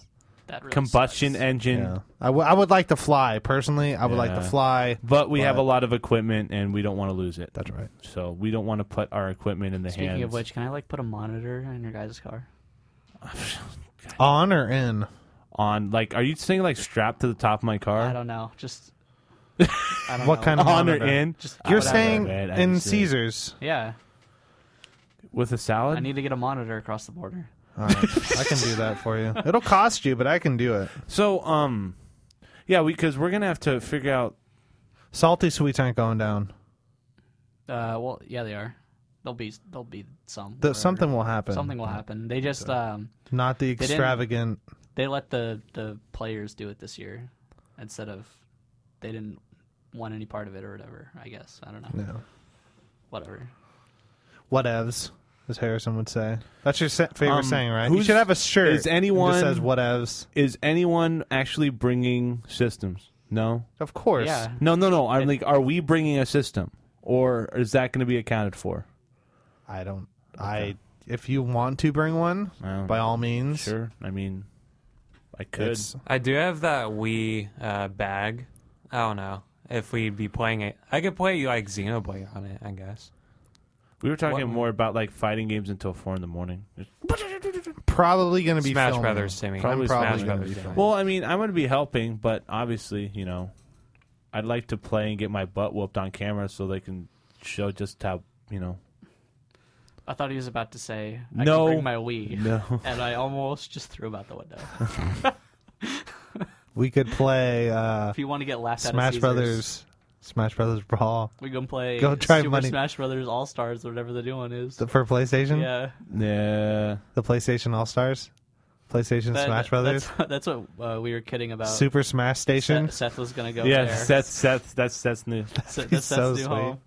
K: That really
H: combustion
K: sucks.
H: engine.
I: Yeah. I, w- I would like to fly personally. I would like to
H: Yeah.
I: fly.
H: But we have a
I: But-
H: lot of equipment, and we don't want to lose it.
I: That's right.
H: So we don't want to put our equipment in the
K: Speaking
H: hands.
K: of which, can I like put a monitor in your guys' car?
I: On or in?
H: on like are you saying like strapped to the top of my car
K: I don't know. Just I don't
I: What
K: know.
I: kind of
H: on or
I: monitor?
H: in
K: Just
I: You're
K: whatever.
I: saying
H: Man, I
I: in
H: just-
I: Caesars.
K: Yeah,
H: with a salad
K: I need to get a monitor across the border.
I: All right. I can do that for you. It'll cost you, but I can do it.
H: so um yeah because we're gonna have to figure out
I: Salty sweets aren't going down.
K: Uh, well, yeah, they are. There'll be there'll be some.
I: The,
K: wherever.
I: something will happen.
K: something will happen. They just um
I: Not the
K: didn't-
I: extravagant.
K: they let the the players do it this year instead of they didn't want any part of it or whatever. I guess I don't know.
I: No.
K: Whatever.
I: Whatevs, as Harrison would say. That's your sa- favorite
H: Um,
I: saying, right? You
H: who's-
I: should have a shirt.
H: is anyone-
I: that says whatevs?
H: is anyone actually bringing systems no
I: Of course.
K: Yeah.
H: no no no i'm like are we bringing a system or is that gonna be accounted for
I: I don't. I. If you want to bring one,
H: Well,
I: by all means.
H: sure i mean i could
I: It's-
J: I do have that Wii uh, bag. I don't know if we'd be playing it. I could play like Xenoblade on it, I guess.
H: we were talking
J: What-
H: more about like fighting games until four in the morning
I: probably going to be
J: Smash
I: filming.
J: Brothers, Timmy.
I: Probably
J: Smash
I: Smash
J: Brothers.
I: Brothers.
H: Well, I mean, I'm going to be helping, but obviously, you know, I'd like to play and get my butt whooped on camera so they can show just how, you know.
K: I thought he was about to say I
H: No.
K: can bring my Wii,
H: No.
K: and I almost just threw him out the window.
I: We could play uh,
K: if you want to get laughed at, at
I: Smash
K: Caesars,
I: Brothers. Smash Brothers Brawl
K: We can play
I: Go try
K: Super
I: money.
K: Smash Brothers All Stars, whatever the new one is.
I: the, for PlayStation.
K: yeah,
H: Yeah.
I: The PlayStation All Stars, PlayStation
K: That-
I: Smash
K: that-
I: Brothers,
K: That's, that's what uh, we were kidding about.
I: Super Smash Station.
K: Seth, Seth was gonna go
H: Yeah,
K: there.
H: Seth, Seth, that's Seth's new.
K: Seth,
I: He's
K: that's Seth's
I: so
K: new
I: sweet.
K: home.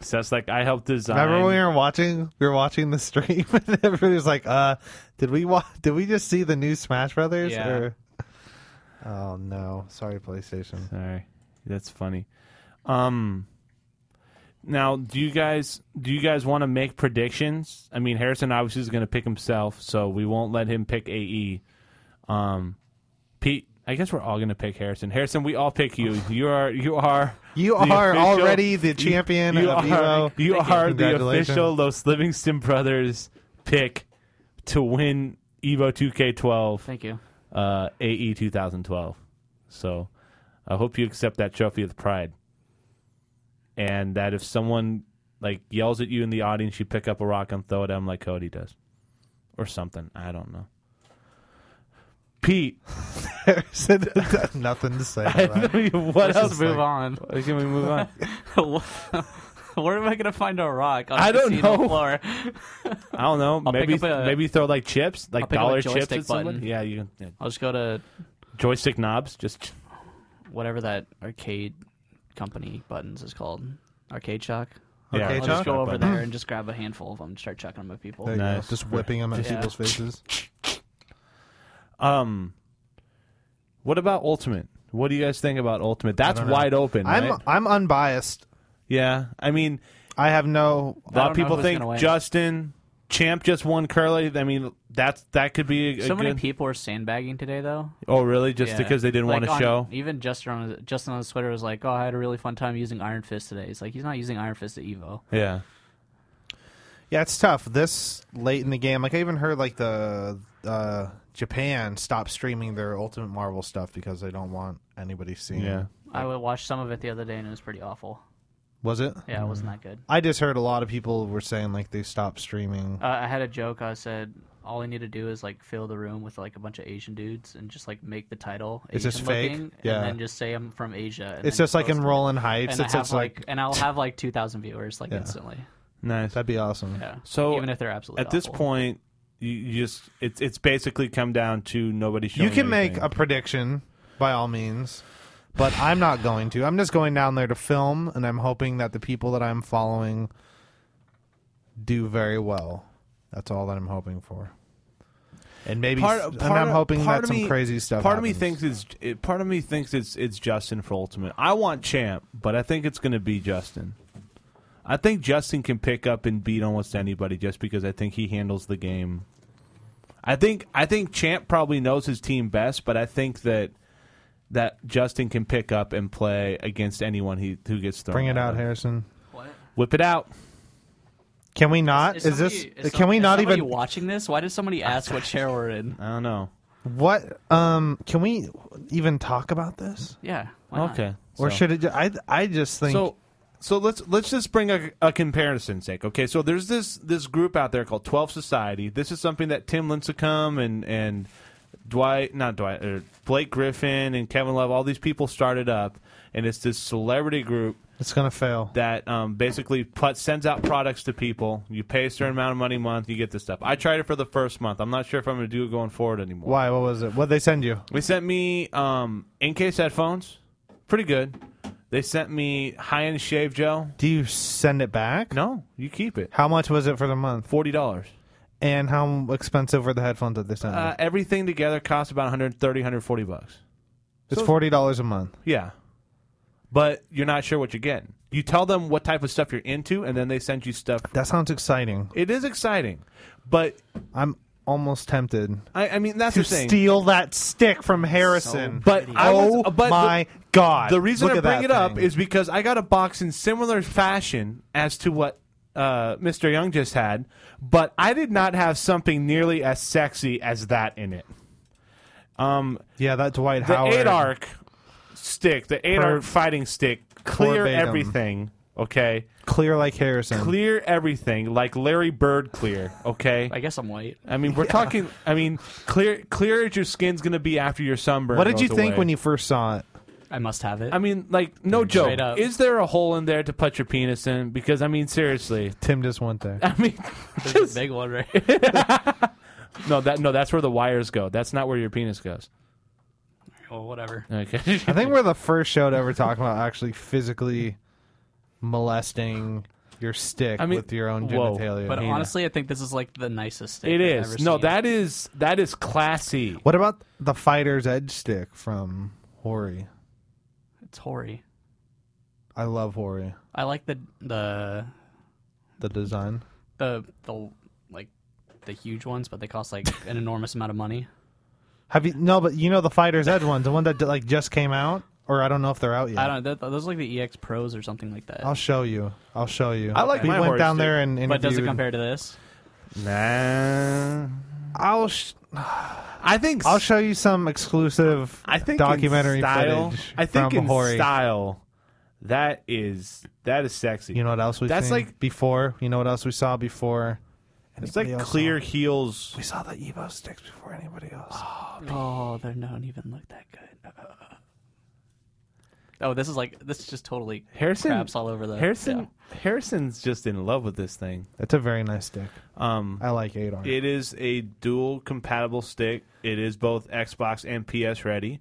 H: Seth's like, I helped design.
I: Remember when we were watching? We were watching the stream, and everybody was like, "Uh, did we wa- Did we just see the new Smash Brothers?"
K: Yeah.
I: Or... Oh no! Sorry, PlayStation.
H: Sorry. That's funny. Um,. Now, do you guys do you guys want to make predictions? I mean, Harrison obviously is going to pick himself, so we won't let him pick AE. Um, Pete, I guess we're all going to pick Harrison. Harrison, we all pick you. You are you are
I: You
H: the
I: are
H: official-
I: already the champion
H: You
I: of E
H: are,
I: Evo.
H: you are the
I: Congratulations.
H: official Los Livingston Brothers pick to win Evo 2K12
K: Thank you.
H: uh, AE 2012. So I hope you accept that trophy with pride. And that if someone like yells at you in the audience, you pick up a rock and throw it at him like Cody does, or something. I don't know. Pete,
I: Harrison, nothing to say. to that.
H: what
K: Let's
H: else?
K: just move on.
H: Can we move on?
K: Where am I gonna find a rock? On
H: I
K: a
H: don't
K: casino
H: know.
K: Floor?
H: I don't know.
K: I'll pick
H: maybe
K: up a-
H: maybe throw like chips, like
K: pick up a
H: dollar chips
K: joystick
H: at someone.
K: button.
H: Yeah, you yeah.
K: I'll just go to
H: joystick knobs. Just
K: whatever that arcade company buttons is called. Arcade Shock.
H: yeah,
I: Okay,
K: I'll
I: Chuck?
K: just go over
H: button.
K: there and just grab a handful of them and start chucking them at people.
I: There you
H: Nice.
I: go. Just whipping them at
K: Yeah.
I: people's faces.
H: Um, what about Ultimate? What do you guys think about Ultimate? That's
I: don't know.
H: wide open,
I: I'm
H: right?
I: I'm unbiased.
H: Yeah, I mean,
I: I have no.
H: a lot of
K: don't know
H: people
K: who's gonna
H: think
K: win.
H: Justin Champ just won Curly. I mean, that's that could be a, a
K: So many
H: good-
K: people are sandbagging today, though.
H: Oh, really? Just
K: Yeah.
H: because they didn't
K: Like
H: want to
K: on-
H: show?
K: Even Justin on his, Justin on his Twitter was like, "Oh, I had a really fun time using Iron Fist today." He's like, he's not using Iron Fist at Evo.
H: Yeah.
I: Yeah, it's tough this late in the game. Like I even heard like the uh, Japan stop streaming their Ultimate Marvel stuff because they don't want anybody seeing.
H: Yeah.
K: I would watch some of it the other day and it was pretty awful.
I: Was it?
K: Yeah, it
H: Mm.
K: wasn't that good.
I: I just heard a lot of people were saying like they stopped streaming.
K: Uh, I had a joke. I said, all I need to do is like fill the room with like a bunch of Asian dudes and just like make the title
I: It's
K: Asian
I: just fake?
K: looking,
I: Yeah.
K: and then just say I'm from Asia. And
I: it's
K: then
I: just like
K: post
I: in
K: it.
I: Rolling Heights.
K: And I
I: It's,
K: have
I: it's
K: like,
I: like,
K: and I'll have like two thousand viewers like instantly.
H: Nice.
I: that'd be awesome.
K: Yeah.
H: So,
K: even if they're absolutely
H: At this
K: awful.
H: point, you, you just it's it's basically come down to nobody showing.
I: You can make
H: anything.
I: a prediction by all means, but I'm not going to. I'm just going down there to film, and I'm hoping that the people that I'm following do very well. That's all that I'm hoping for. And maybe, and I'm hoping
H: part
I: that
H: of
I: some
H: me-
I: crazy stuff.
H: Part of me
I: happens.
H: thinks it's it, part of me thinks it's it's Justin for ultimate. I want champ, but I think it's going to be Justin. I think Justin can pick up and beat almost anybody just because I think he handles the game. I think I think champ probably knows his team best, but I think that that Justin can pick up and play against anyone he who gets thrown.
I: Bring it
H: at
I: out,
H: him.
I: Harrison.
K: What?
H: Whip it out.
I: Can we not? Is, this? uh, can we not even?
K: watching this? Why did somebody ask what chair we're in?
H: I don't know.
I: What? Um. Can we even talk about this?
K: Yeah. why not?
H: Okay.
I: Or
H: So-
I: should it? ju- I I just think.
H: So, so let's let's just bring a, a comparison's sake. Okay, so there's this this group out there called Twelve Society. This is something that Tim Lincecum and and Dwight, not Dwight, or Blake Griffin and Kevin Love, all these people started up, and it's this celebrity group
I: it's gonna fail.
H: that um, basically put, sends out products to people. You pay a certain amount of money a month, you get this stuff. I tried it for the first month. I'm not sure if I'm going to do it going forward anymore.
I: Why? What was it? What they send you?
H: They sent me um, in case headphones, pretty good. They sent me high end shave gel.
I: Do you send it back?
H: No, you keep it.
I: How much was it for the month?
H: Forty dollars.
I: And how expensive were the headphones at this time?
H: Uh, everything together costs about 130, 140 bucks.
I: it's
H: so-
I: forty dollars a month.
H: Yeah, but you're not sure what you're getting. You tell them what type of stuff you're into, and then they send you stuff.
I: That sounds exciting.
H: It is exciting, but
I: I'm almost tempted
H: I, I mean that's
I: to
H: the thing.
I: steal that stick from Harrison.
H: But I
I: oh
H: was- but
I: my
H: the-
I: god!
H: the reason
I: Look
H: I
I: at
H: bring
I: that
H: it up
I: thing.
H: is because I got a box in similar fashion as to what uh, Mr. Young just had, but I did not have something nearly as sexy as that in it.
I: yeah, that Dwight
H: the
I: Howard.
H: eight arc stick, the eight
I: Per-
H: arc fighting stick, clear
I: verbatim.
H: everything. Okay,
I: clear like Harrison.
H: clear everything like Larry Bird clear. Okay,
K: I guess I'm white.
H: I mean we're talking. I mean clear, clear as your skin's gonna be after your sunburn.
I: What did you
H: goes
I: think
H: away.
I: when you first saw it?
K: I must have it.
H: I mean, like, no joke.
K: Straight up.
H: Is there a hole in there to put your penis in? Because I mean, seriously.
I: Tim just went there.
H: I mean,
K: There's a big one, right?
H: no, that no, that's where the wires go. That's not where your penis goes.
K: well, Oh, whatever.
H: Okay.
I: I think we're the first show to ever talk about actually physically molesting your stick
H: I mean,
I: with your own
H: whoa.
I: genitalia.
K: But
H: Yeah.
K: honestly, I think this is like the nicest. Thing
H: It
K: I've ever
H: is. No,
K: seen.
H: that is that is classy.
I: what about the Fighter's Edge stick from Hori?
K: it's hoary.
I: I love Hori.
K: I like the the
I: The design.
K: the the like the huge ones, but they cost like an enormous amount of money.
I: Have you no? But you know the Fighter's Edge ones, the one that like just came out, or I don't know if they're out yet.
K: I don't. That, those are like the EX Pros or something like that.
I: I'll show you. I'll show you.
H: I like
I: We
H: my
I: went
H: Hori
I: down
H: stick.
I: there and
K: but does it
I: interviewed-
K: compare to this?
H: Nah.
I: I'll sh-
H: I think
I: I'll show you some exclusive.
H: I think
I: documentary
H: in style,
I: footage
H: I think
I: from
H: in
I: Hori.
H: style, that is that is sexy.
I: You know what else we?
H: That's
I: seen
H: like-
I: before. You know what else we saw before?
H: it's like
I: Anybody else
H: clear
I: saw?
H: heels.
I: We saw the Evo sticks before anybody else.
K: Oh, they don't even look that good. Oh, this is like this is just totally
H: Harrison
K: craps all over the
H: Harrison Harrison's just in love with this thing.
I: That's a very nice stick.
H: Um,
I: I like Adar.
H: It is a dual compatible stick. It is both Xbox and PS ready,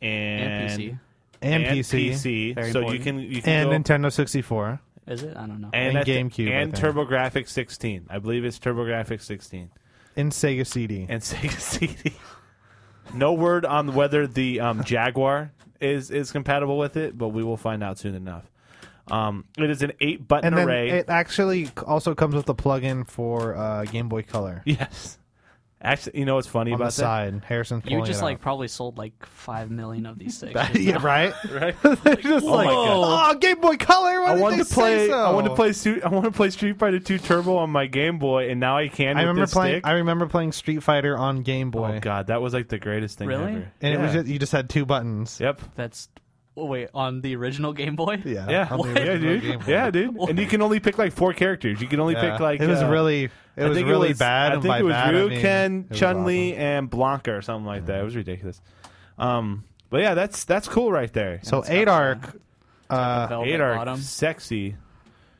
H: and
K: PC.
I: and, PC,
H: PC.
K: Very
H: so you
K: important.
H: can you can
I: and
H: go,
I: Nintendo 64.
K: Yeah. Is it? I don't know.
H: and,
I: and
H: that's-
I: GameCube, I
H: and
I: think.
H: TurboGrafx 16. I believe it's TurboGrafx 16
I: and Sega CD.
H: and Sega CD. no word on whether the um, Jaguar is is compatible with it, but we will find out soon enough. Um, it is an eight button
I: And then
H: array.
I: it actually c- also comes with a plug-in for uh, Game Boy Color
H: yes. Actually, you know what's funny
I: on
H: about
I: the
H: that?
I: side. Harrison's
K: you
I: pulling
K: just
I: it
K: like
I: up.
K: probably sold like five million of these things.
I: yeah, right?
H: Right?
I: just
H: Oh my
I: like,
H: God.
I: oh, Game Boy Color. Why
H: I
I: did
H: wanted
I: they
H: to play.
I: say so?
H: I wanted to play. Su- I want to play Street Fighter Two Turbo on my Game Boy, and now I can.
I: I
H: with
I: remember
H: this
I: playing.
H: stick.
I: I remember playing Street Fighter on Game Boy,
H: oh God, that was like the greatest thing
K: Really?
H: ever.
I: and it was
H: Yeah.
I: just, you just had two buttons.
H: Yep.
K: That's oh, wait on the original Game Boy.
I: Yeah, Um,
H: Yeah.
I: on the
H: Yeah,
I: Uh, original Game
H: dude.
I: Boy.
H: Yeah, dude. And you can only pick like four characters. You can only
I: Yeah.
H: pick like.
I: it was
H: uh,
I: really. It
H: I
I: was
H: think
I: really
H: was-
I: bad.
H: I
I: and
H: think
I: by
H: it was
I: bad, I
H: Ryu,
I: mean,
H: Ken,
I: it was
H: Chun Li,
I: awesome.
H: and Blanca or something like that. It was ridiculous. Um, but yeah, that's that's cool right there.
I: So eight arc.
K: Uh,
I: Uh,
K: Velvet
H: Eight are
K: bottom.
H: sexy.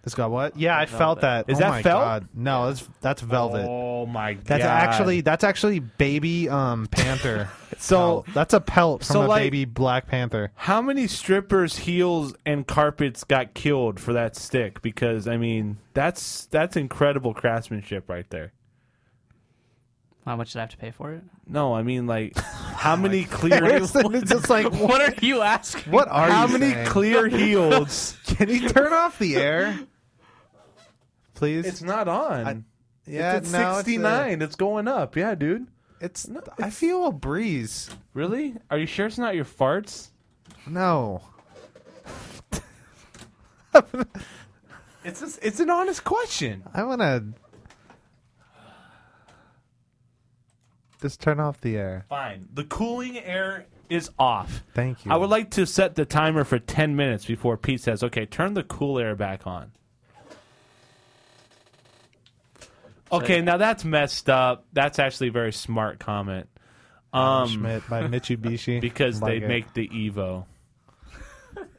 I: it's got what? Yeah, I felt that.
H: Is
I: oh
H: that
I: my
H: felt?
I: God. No, that's that's velvet.
H: Oh my god.
I: That's actually that's actually baby um panther.
H: So-
I: Pelt. that's a pelt from
H: so,
I: a
H: like-
I: baby black panther.
H: How many strippers' heels and carpets got killed for that stick? Because I mean, that's that's incredible craftsmanship right there.
K: How much did I have to pay for it?
H: No, I mean like, how many clear
I: Harrison is just like what?
K: What are you asking?
I: What are
H: how
I: you
H: many
I: saying?
H: clear heels?
I: Can you turn off the air, please?
H: it's not on.
I: yeah,
H: it's at
I: no,
H: sixty
I: It's,
H: nine. It's going up. Yeah, dude.
I: a- it's- I feel a breeze.
H: Really? Are you sure it's not your farts?
I: No,
H: It's just, it's an honest question.
I: I want to just turn off the air.
H: Fine. The cooling air is off.
I: Thank you.
H: I would like to set the timer for 10 minutes before Pete says, okay, turn the cool air back on. Okay, now that's messed up. That's actually a very smart comment. Um,
I: Schmidt by Mitsubishi
H: because they
I: Like it.
H: make the Evo.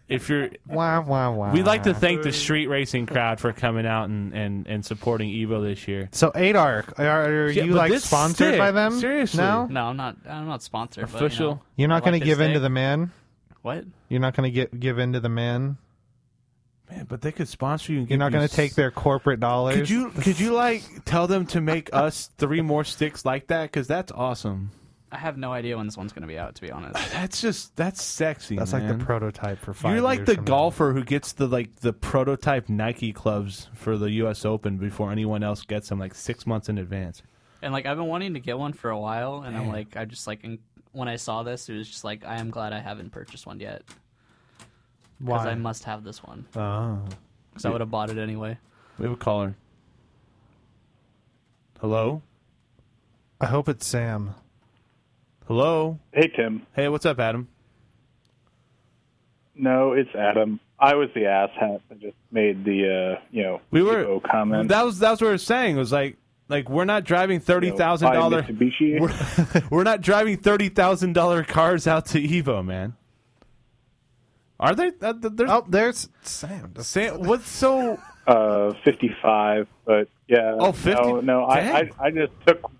H: If you're,
I: Wah, wah, wah.
H: we'd like to thank the street racing crowd for coming out and, and, and supporting Evo this year.
I: So eight arc, are, are
H: Yeah,
I: you
H: but
I: like
H: this
I: sponsored
H: stick,
I: by them?
H: seriously.
I: No,
K: No, I'm not. I'm not sponsored.
H: Official.
K: But, you know,
I: you're
K: I
I: not
K: like
I: going
K: this
I: to give in
K: stick.
I: to the man.
K: what?
I: You're not going to get give in to the man.
H: Man, but they could sponsor you. And
I: You're
H: give
I: not
H: you
I: going
H: s-
I: to take their corporate dollars.
H: Could you could you like tell them to make us three more sticks like that? Because that's awesome.
K: I have no idea when this one's gonna be out. To be honest,
H: That's just that's sexy.
I: That's like
H: man.
I: the prototype for five.
H: You're like
I: years
H: the
I: from
H: golfer who gets the like the prototype Nike clubs for the U.S. Open before anyone else gets them, like six months in advance.
K: and like I've been wanting to get one for a while, and I'm like, I just like in, when I saw this, it was just like, I am glad I haven't purchased one yet
I: now.
K: because
I: Why?
K: I must have this one
I: Oh.
K: because I would have bought it anyway.
H: We have a caller. Hello,
I: I hope it's Sam.
H: hello.
L: Hey, Tim.
H: Hey, what's up, Adam?
L: No, it's Adam. I was the asshat that just made the, uh, you know,
H: We were
L: Evo comment.
H: That was that's what we were saying. It was like like we're not driving thirty
L: You know,
H: thousand
L: by
H: dollar.
L: Mitsubishi.
H: We're, we're not driving thirty thousand dollar cars out to Evo, man. Are they? Uh, th- there's
I: Oh, there's Sam. Just-
H: Sam, what's so?
L: Uh, 55, but yeah.
H: Oh, 50?
L: No, no I, I,
H: Dang.
L: I just took,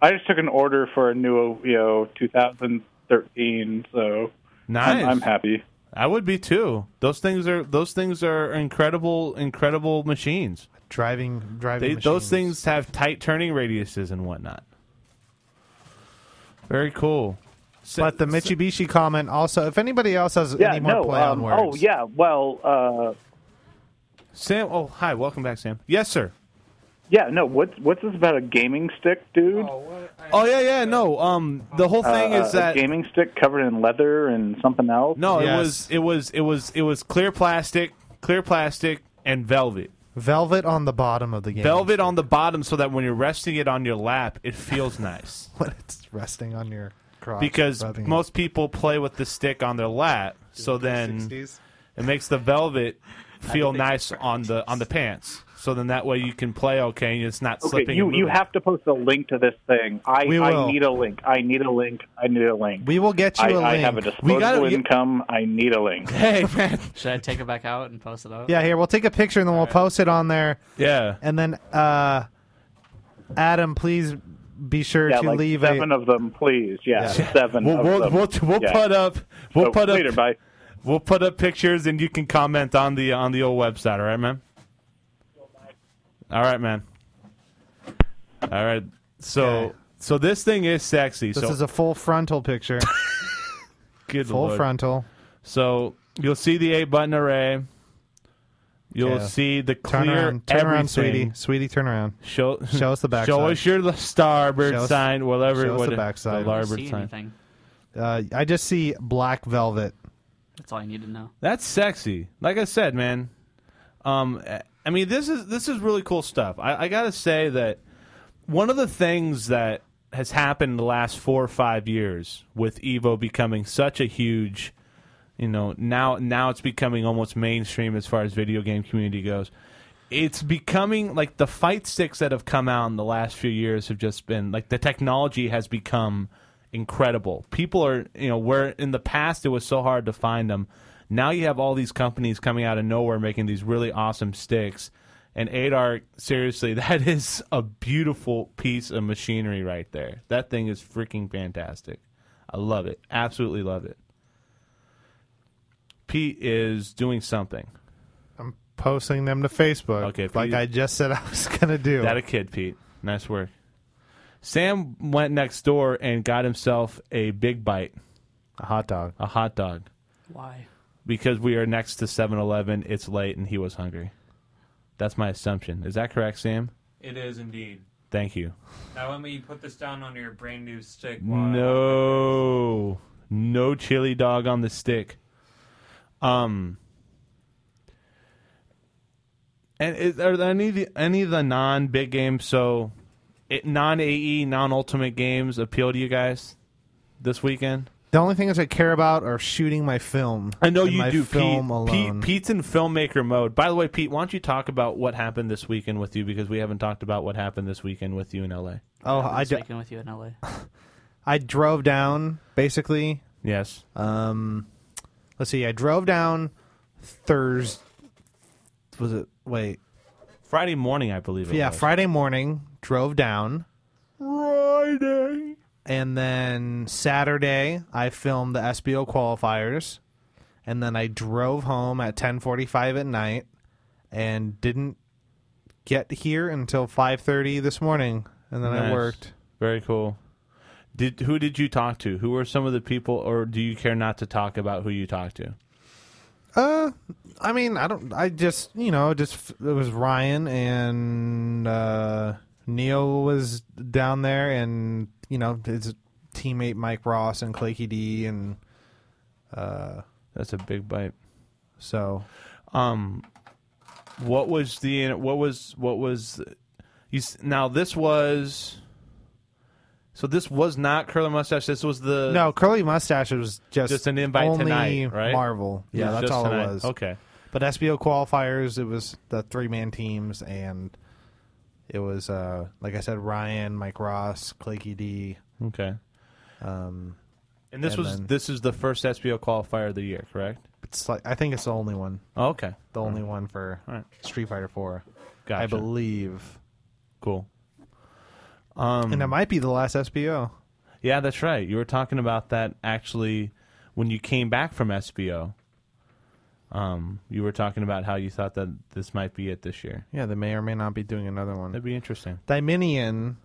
L: I just took an order for a new, you know, 2013, so
H: Nice.
L: I'm, I'm happy.
H: I would be too. Those things are those things are incredible, incredible machines.
I: Driving, driving.
H: They, those
I: machines.
H: things have tight turning radiuses and whatnot. Very cool. So-
I: But the Mitsubishi comment also. If anybody else has any more play on words,
L: oh, yeah, well, uh,
H: Sam, oh hi, welcome back, Sam. Yes, sir.
L: yeah, no, what's, what's this about a gaming stick, dude?
H: Oh yeah, yeah. No, um, the whole thing
L: Uh,
H: is that
L: a gaming stick covered in leather and something else.
H: no,
I: Yes.
H: it was it was it was it was clear plastic, clear plastic, and velvet.
I: velvet on the bottom of the game.
H: Velvet on the bottom, so that when you're resting it on your lap, it feels nice.
I: when it's resting on your crotch.
H: Because
I: rubbing it.
H: most people play with the stick on their lap, so then
I: 60s.
H: it makes the velvet feel nice on the on the pants. So then that way you can play okay, and it's not
L: Okay,
H: slipping.
L: you
H: and
L: you
H: moving.
L: have to post a link to this thing. I,
H: We
L: I
H: will.
L: need a link. I need a link. I need a link.
I: We will get you
L: I
I: a
L: I have a
I: link.
L: disposable
I: We gotta-
L: income. I need a link.
I: Hey man.
K: Should I take it back out and post it up?
I: Yeah, here we'll take a picture and then we'll post it on there.
H: Yeah.
I: And then, uh, Adam, please be sure
L: yeah,
I: to
L: like
I: leave
L: seven
I: a.
L: of them, please. Yeah,
I: Yeah.
L: seven.
H: We'll
L: of
H: we'll
L: them.
H: we'll, we'll
L: Yeah.
H: put up we'll
L: So,
H: put up
L: later, bye.
H: we'll put up pictures, and you can comment on the on the old website. All right, man. All right, man. All right. So so this thing is sexy.
I: This
H: so
I: is a full frontal picture.
H: Good
I: Full
H: lord.
I: frontal.
H: So you'll see the eight button array. You'll
I: Okay.
H: see the clear
I: turn around, turn around,
H: everything.
I: sweetie, sweetie, turn around.
H: Show
I: show us the backside.
H: Show us your starboard
I: Show us-
H: sign, whatever.
I: show us
H: what-
I: the backside.
H: The
I: I don't
H: larboard
K: see
H: sign.
K: anything.
I: Uh, I just see black velvet.
K: That's all I need to know.
H: That's sexy. Like I said, man. Um, I mean, this is this is really cool stuff. I, I gotta say that one of the things that has happened in the last four or five years with Evo becoming such a huge, you know, now now it's becoming almost mainstream as far as video game community goes. It's becoming like the fight sticks that have come out in the last few years have just been like the technology has become incredible. People are, you know, where in the past it was so hard to find them. Now you have all these companies coming out of nowhere making these really awesome sticks. And Adar, seriously, that is a beautiful piece of machinery right there. That thing is freaking fantastic. I love it. Absolutely love it. Pete is doing something.
I: I'm posting them to Facebook.
H: Okay,
I: like
H: please-
I: I just said, I was gonna do.
H: That a kid, Pete. Nice work. Sam went next door and got himself a big bite.
I: A hot dog.
H: A hot dog.
K: Why?
H: Because we are next to 7 Eleven, it's late, and he was hungry. That's my assumption. Is that correct, Sam?
J: It is indeed.
H: Thank you.
J: Now let me put this down on your brand new stick. while I-
H: No, no chili dog on the stick. Um, and is, are there any of the, any of the non big games? So, it, non AE, non ultimate games appeal to you guys this weekend?
I: The only things I care about are shooting my film.
H: I know
I: and
H: you
I: my
H: do,
I: Film
H: Pete,
I: alone.
H: Pete. Pete's in filmmaker mode. By the way, Pete, why don't you talk about what happened this weekend with you? Because we haven't talked about what happened this weekend with you in LA.
I: Oh,
K: I'm
I: I d-
K: speaking with you in LA.
I: I drove down basically.
H: Yes.
I: Um, let's see. I drove down Thursday. Was it? Wait.
H: Friday morning, I believe. It
I: Yeah,
H: was.
I: Friday morning. Drove down,
H: Friday.
I: and then Saturday I filmed the SBO qualifiers, and then I drove home at ten forty five at night, and didn't get here until five thirty this morning, and then I
H: Nice.
I: worked.
H: Very cool. Did who did you talk to? Who were some of the people, or do you care not to talk about who you talked to?
I: Uh, I mean, I don't. I just you know, just it was Ryan and uh, Neo was down there, and you know his teammate Mike Ross and Clay D and uh,
H: That's a big bite.
I: So,
H: um, what was the what was what was you s- now? This was so this was not curly mustache. This was the
I: no curly mustache was just
H: Just an invite
I: only
H: tonight, right?
I: Marvel,
H: It
I: yeah,
H: was
I: that's
H: just
I: all
H: tonight.
I: it was.
H: Okay.
I: but SBO qualifiers, it was the three man teams, and it was uh, like I said, Ryan, Mike Ross, Clay D.
H: Okay.
I: Um,
H: And this
I: and
H: was
I: then-
H: this is the first SBO qualifier of the year, correct?
I: It's like I think it's the only one.
H: Okay,
I: the only one for Street Fighter Four. I
H: Gotcha.
I: believe.
H: Cool. Um,
I: and it might be the last SBO.
H: Yeah, that's right. You were talking about that actually when you came back from SBO. Um, you were talking about how you thought that this might be it this year.
I: Yeah, they may or may not be doing another one.
H: That'd be interesting.
I: Diminion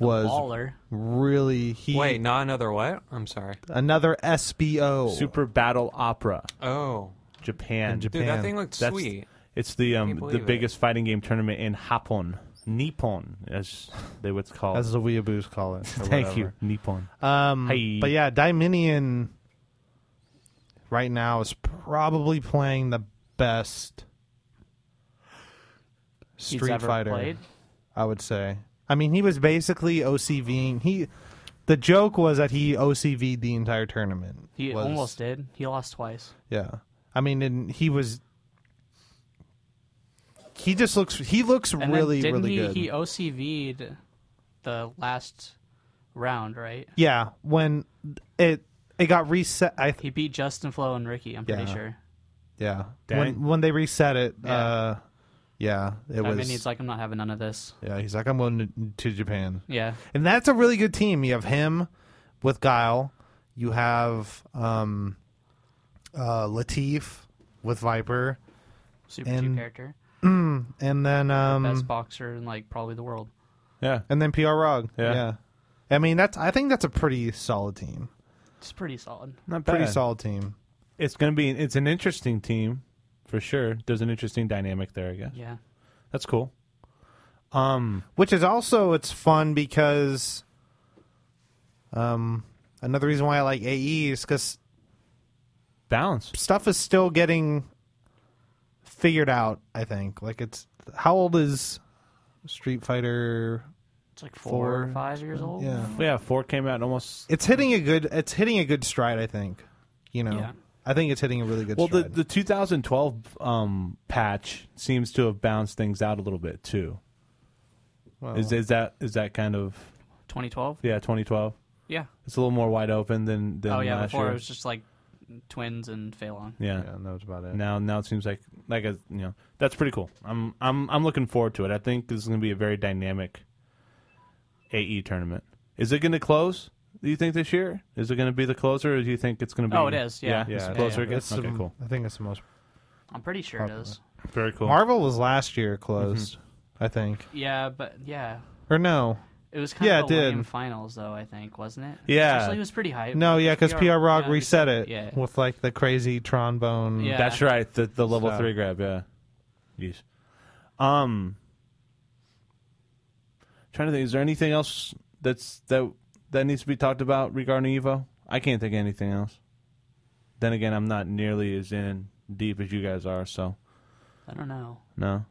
I: was
J: baller.
I: really he
J: Wait, not another what? I'm sorry.
I: another SBO
H: Super Battle Opera.
J: Oh,
H: Japan.
I: In Japan. Dude, that thing
J: looked sweet.
H: It's the um the
J: believe it.
H: biggest fighting game tournament in Hapon. Nippon, as they would call
I: as
H: it.
I: the weeaboos call it. or
H: Thank you,
I: whatever.
H: Nippon.
I: Um,
H: Hey.
I: but yeah, Diminion right now is probably playing the best Street
K: ever
I: Fighter.
K: played?
I: I would say. I mean, he was basically OCVing. He, the joke was that he OCV'd the entire tournament.
K: He
I: Was-
K: almost did. He lost twice.
I: Yeah, I mean, and he was He just looks. He looks
K: And then
I: really,
K: didn't
I: really
K: he,
I: good.
K: He OCV'd the last round, right?
I: yeah, when it it got reset. I
K: He beat Justin Flo and Ricky. I'm pretty
I: Yeah.
K: sure.
I: yeah.
K: Dang.
I: When when they reset it, uh, yeah, it
K: I
I: was.
K: mean, he's like, I'm not having none of this.
I: Yeah, he's like, I'm going to, to Japan.
K: Yeah.
I: And that's a really good team. You have him with Guile. You have um, uh, Latif with Viper.
K: Super
I: and,
K: cheap character.
I: Mm, and then um,
K: Best boxer in like probably the world.
H: Yeah.
I: And then PR Rog.
K: Yeah.
I: Yeah. I mean, that's. I think that's a pretty solid team.
K: It's pretty solid.
H: Not
I: Pretty
H: bad.
I: solid team.
H: It's gonna be. It's an interesting team for sure. There's an interesting dynamic there, I guess.
K: Yeah.
H: That's cool. Um,
I: which is also it's fun because, um, another reason why I like AE is because
H: balance
I: stuff is still getting figured out. I think like it's how old is Street Fighter?
K: It's like four, or five years old.
I: Yeah.
H: Yeah, four came out almost.
I: It's hitting a good. It's hitting a good stride. I think. You know.
H: Yeah.
I: I think it's hitting a really good.
H: Well,
I: stride.
H: the, the 2012 um, patch seems to have balanced things out a little bit too. is
K: Well-
H: is that is that kind of
K: 2012?
H: Yeah, 2012.
K: Yeah.
H: it's a little more wide open than than
K: Oh yeah.
H: last
K: Before
H: year.
K: it was just like twins and Phelan.
H: Yeah.
I: and that was about it.
H: Now, now it seems like like a, you know that's pretty cool. I'm I'm I'm looking forward to it. I think this is going to be a very dynamic AE tournament. Is it going to close? Do you think this year is it going to be the closer? Or do you think it's going to be?
K: Oh, it is, um, yeah.
H: yeah,
K: Yeah,
H: it's closer.
K: yeah.
H: again?
I: It's
H: okay,
I: the-
H: cool.
I: I think it's the most.
K: I'm pretty sure it is.
H: Very cool.
I: Marvel was last year closed.
H: Mm-hmm.
I: I think.
K: Yeah, but yeah.
I: Or no.
K: It was kind
I: yeah,
K: of
I: it
K: a lame
I: did.
K: finals though, I think, wasn't it?
I: Yeah.
K: Actually, it was pretty hype.
I: No, yeah, because PR Rock reset it
K: Yeah.
I: with like the crazy trombone.
K: Yeah.
H: That's right. The the level
I: So-
H: three grab. Yeah. Yes. Um. Trying to think. Is there anything else that's that that needs to be talked about regarding Evo? I can't think of anything else. Then again, I'm not nearly as in deep as you guys are, so
K: I don't know.
H: no.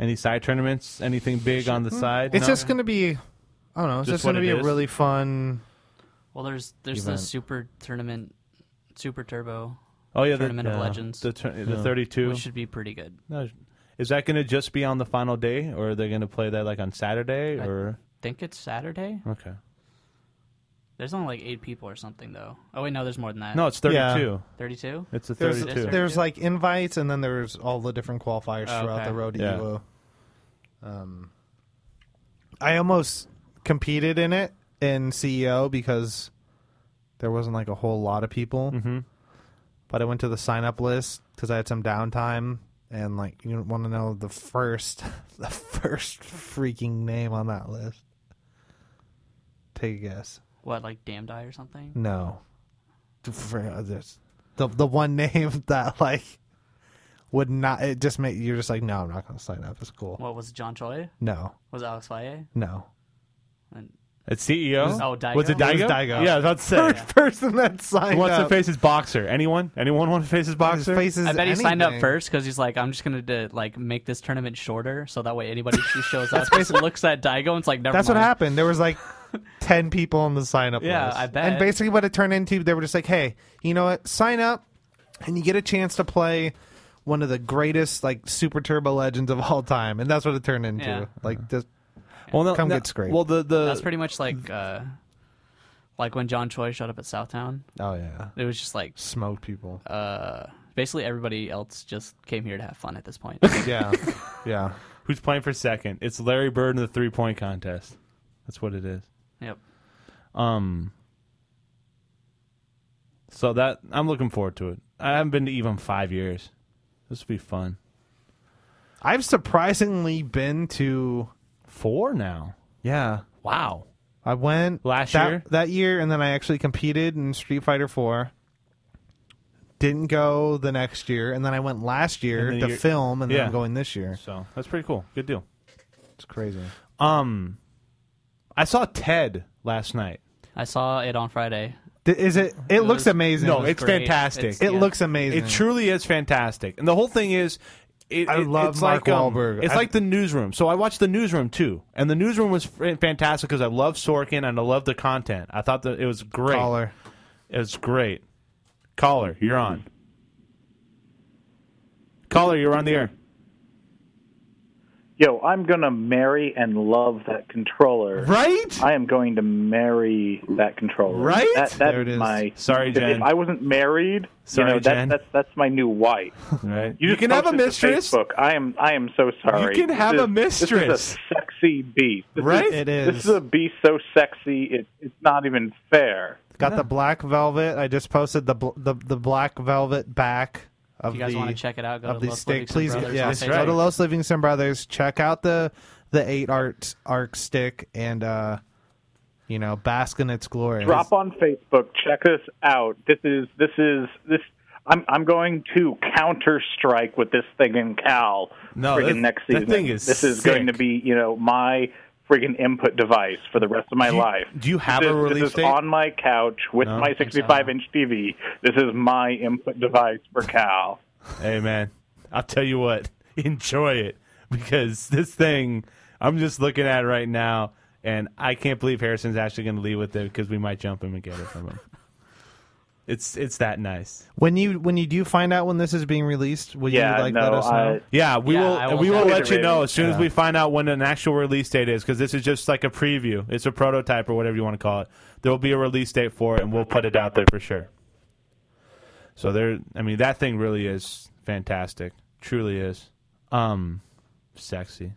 H: Any side tournaments? Anything big on the
K: Hmm.
H: side?
I: It's
H: No?
I: just gonna be. I don't know. It's
H: Just
I: just, gonna
H: what it
I: be a
H: is?
I: really fun.
K: Well, there's there's
I: Event.
K: the super tournament, super turbo.
H: Oh yeah, the-
K: tournament of
H: yeah,
K: legends.
H: the tur- the Yeah. 32.
K: which should be pretty good.
H: No, is that going to just be on the final day, or are they going to play that like on Saturday? Or
K: think it's Saturday.
H: okay,
K: There's only like eight people or something though. Oh wait, no, there's more than that.
H: no, it's 32.
K: Thirty-two.
H: It's a
I: There's,
H: 32.
I: there's like invites, and then there's all the different qualifiers
K: Oh,
I: throughout
K: okay.
I: the road to
H: Yeah.
I: Evo. Um, I almost competed in it in CEO because there wasn't like a whole lot of people.
H: Mm-hmm.
I: But I went to the sign up list because I had some downtime, and like you want to know the first, the first freaking name on that list. Take a guess.
K: What like damn die or something?
I: No. For others. The the one name that like would not it just make you're just like, no, I'm not gonna sign up. It's cool.
K: What was it, John Choi?
I: No.
K: Was it Alex Valle?
I: No.
K: And-
H: It's CEO.
K: Oh, Daigo?
H: Was it
K: It
H: Daigo?
K: was Daigo.
H: Yeah, I was about to say.
I: First person that
H: Who
I: signed
H: wants
I: up.
H: to face his boxer? Anyone? Anyone want to face his boxer?
K: I bet he signed up first because he's like, I'm just gonna do, like make this tournament shorter so that way anybody who shows up just looks at Daigo and it's like, never.
I: That's what
K: mind.
I: happened. There was like ten people on the sign up
K: Yeah,
I: list.
K: I bet.
I: And basically what it turned into, they were just like, Hey, you know what? Sign up and you get a chance to play one of the greatest like super turbo legends of all time. And that's what it turned into.
K: Yeah.
I: Like just
H: Well, no,
I: come
H: no,
I: get scraped.
H: Well, the the
K: That's pretty much like, uh, like when John Choi showed up at Southtown.
I: Oh yeah.
K: It was just like
I: smoked people.
K: Uh, basically everybody else just came here to have fun at this point.
I: yeah, yeah.
H: Who's playing for second? It's Larry Bird in the three point contest. That's what it is.
K: Yep.
H: Um. So that I'm looking forward to it. I haven't been to even five years. This will be fun.
I: I've surprisingly been to
H: four now.
I: Yeah.
H: Wow.
I: I went
H: Last
I: that,
H: year?
I: That year, and then I actually competed in Street Fighter Four. Didn't go the next year, and then I went last year
H: And then
I: to
H: you're-
I: film, and then
H: Yeah.
I: I'm going this year.
H: So that's pretty cool. Good deal.
I: It's crazy.
H: Um, I saw Ted last night.
K: I saw it on Friday.
I: D- Is it? It,
K: It
I: looks
K: was-
I: amazing.
H: No,
K: was
H: it's
K: great.
H: fantastic.
K: It's-
I: It yeah. looks amazing.
H: It truly is fantastic. And the whole thing is, it,
I: I
H: it-
I: love
H: it's
I: Mark
H: like, um,
I: Wahlberg.
H: It's
I: I-
H: like the newsroom. So I watched the newsroom too, and the newsroom was f- fantastic because I love Sorkin and I love the content. I thought that it was great.
I: Caller.
H: it was great. Caller, you're on. Caller, you're on the air.
L: yo, I'm gonna marry and love that controller.
I: Right?
L: I am going to marry that controller.
I: Right?
L: That, that
I: There it is.
L: my
I: Sorry,
L: if-
I: Jen.
L: If I wasn't married,
I: Sorry,
L: you know, that,
I: Jen.
L: That's that's my new wife.
H: Right.
L: You, just
I: can have a
L: posted to
I: mistress.
L: Facebook. I am I am so sorry.
I: You can have
L: This
I: a
L: is- This
I: mistress.
L: is a sexy beat. This
I: Right?
L: Is,
I: It
L: This
I: is.
L: is a beat so sexy it, it's not even fair.
I: Got the black velvet. I just posted the bl- the, the black velvet back of
K: you guys
I: the
K: wanna check it out, go
I: of
K: to
I: the
K: Los
I: stick.
K: Livingston
I: Please,
K: Brothers
I: yeah,
K: on
I: yes, go
K: Facebook.
I: to Los Livingston Brothers. Check out the the eight art arc stick and uh, you know, bask in its glory.
L: Drop on Facebook. Check us out. This is this is this. I'm I'm going to counter strike with this thing in Cal.
H: No,
L: friggin'
H: that-
L: next
H: that
L: season.
H: thing is
L: this is
H: sick.
L: going to be you know my friggin' input device for the rest of my
H: Do you-
L: life.
H: do you have
L: This
H: a
L: is-
H: release
L: This is
H: date?
L: on my couch with
H: No.
L: my 65 inch TV. This is my input device for Cal.
H: Hey man, I'll tell you what. Enjoy it because this thing I'm just looking at it right now, and I can't believe Harrison's actually going to leave with it because we might jump him and get it from him. It's it's that nice.
I: When you when you do find out when this is being released, will
H: Yeah,
I: you like
H: no,
I: let us know?
H: I- Yeah, we will. we will let you know as soon as
I: Yeah.
H: we find out when an actual release date is, because this is just like a preview. It's a prototype or whatever you want to call it. There will be a release date for it, and we'll put it out there for sure. So there, I mean, that thing really is fantastic. Truly is, um, sexy.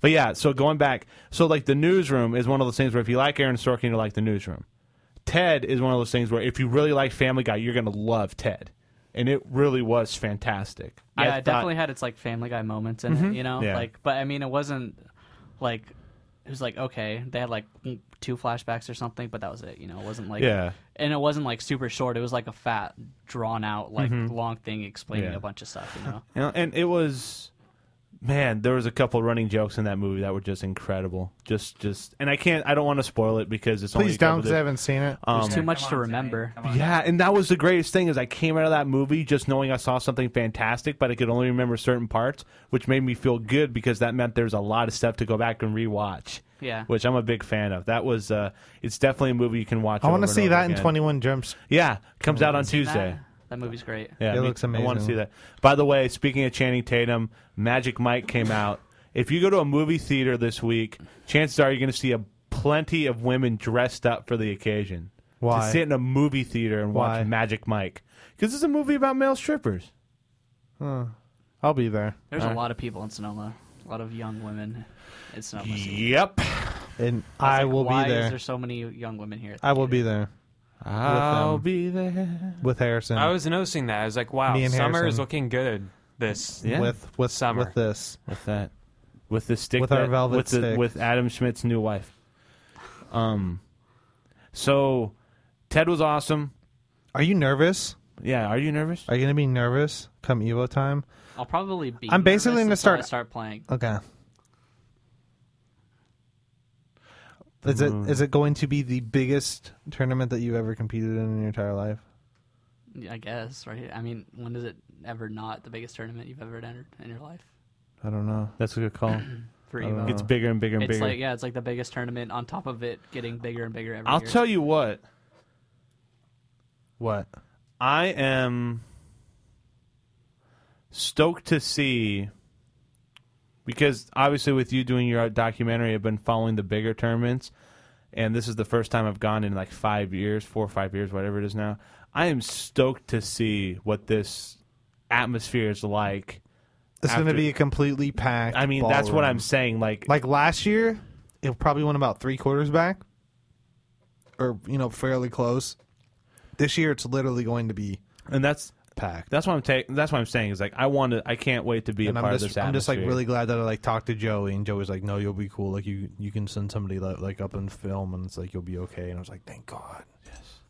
H: But yeah, so going back, so like the newsroom is one of those things where if you like Aaron Sorkin, you like the newsroom. Ted is one of those things where if you really like Family Guy, you're gonna love Ted, and it really was fantastic.
K: Yeah,
H: I
K: it
H: thought-
K: definitely had its like Family Guy moments in
I: Mm-hmm.
H: Mhm.
K: it, you know.
H: Yeah.
K: Like, but I mean, it wasn't like it was like okay, they had like mm, two flashbacks or something, but that was it, you know. It wasn't like
H: Yeah.
K: and it wasn't like super short. It was like a fat, drawn out, like
I: Mm-hmm.
H: Mhm.
K: long thing explaining
H: Yeah.
K: a bunch of stuff, you know.
H: You know, and it was, man, there was a couple running jokes in that movie that were just incredible. Just, just, and I can't, I don't want to spoil it because it's only
I: Please
H: a couple
I: don't, 'cause I
H: days-
I: haven't seen it.
H: Um,
K: There's too much to remember.
H: yeah, and that was the greatest thing is I came out of that movie just knowing I saw something fantastic, but I could only remember certain parts, which made me feel good because that meant there's a lot of stuff to go back and rewatch.
K: Yeah.
H: which I'm a big fan of. That was, uh, it's definitely a movie you can watch.
I: I
H: want to
I: see that in
H: twenty.
I: 21 Jumps.
H: Yeah, comes out on
K: Seen that?
H: Tuesday.
K: That movie's great.
H: Yeah,
I: It
H: me-
I: looks
H: I want to
I: amazing.
H: see that. By the way, speaking of Channing Tatum, Magic Mike came out. If you go to a movie theater this week, chances are you're going to see a plenty of women dressed up for the occasion.
I: Why?
H: To sit in a movie theater and
I: Why?
H: watch Magic Mike because it's a movie about male strippers.
I: Huh. I'll be there.
K: There's a
H: Alright.
K: lot of people in Sonoma, a lot of young women in Sonoma.
H: Yep.
I: And I,
K: Like,
I: will
K: why
I: be
K: Is
I: there.
K: there so many young women here?
I: I will be there.
H: I'll
I: with, um, them.
H: be there.
I: with Harrison.
J: I was noticing that. I was like, wow,
I: Me and
J: summer is
I: Harrison.
J: looking good this
H: Yeah.
I: with with
J: summer.
I: with this.
H: with that, with the stick,
I: With our
H: that-
I: velvet
H: with,
I: stick.
H: with Adam Schmidt's new wife. Um, so Ted was awesome.
I: Are you nervous?
H: Yeah, are you nervous?
I: Are you gonna be nervous come Evo time?
K: I'll probably be.
I: I'm basically
K: nervous
I: gonna
K: until
I: start-
K: I start playing.
I: Okay. Is it is it going to be the biggest tournament that you've ever competed in in your entire life?
K: I guess, right? I mean, when is it ever not the biggest tournament you've ever entered in your life?
I: I don't know.
H: That's a good call.
K: For
I: I don't
K: Evo.
I: know.
H: Uh, Gets bigger and bigger and
K: it's
H: bigger.
K: like yeah, it's like the biggest tournament. On top of it, getting bigger and bigger every
H: I'll
K: year.
H: tell you what.
I: What?
H: I am stoked to see because obviously with you doing your documentary, I've been following the bigger tournaments, and this is the first time I've gone in like five years, four or five years, whatever it is now. I am stoked to see what this atmosphere is like.
I: It's going to
H: after-
I: be a completely packed.
H: I mean, that's what
I: ballroom.
H: I'm saying. Like,
I: Like last year, it probably went about three quarters back, or you know, fairly close. This year, it's literally going to be
H: and that's
I: packed.
H: that's what I'm taking. That's what I'm saying is like I want to. I can't wait to be
I: and
H: a part
I: I'm just,
H: of this.
I: I'm just like
H: atmosphere.
I: really glad that I like talked to Joey, and Joey's like, "No, you'll be cool. Like you, you can send somebody like, like up and film, and it's like you'll be okay." And I was like, "Thank God,"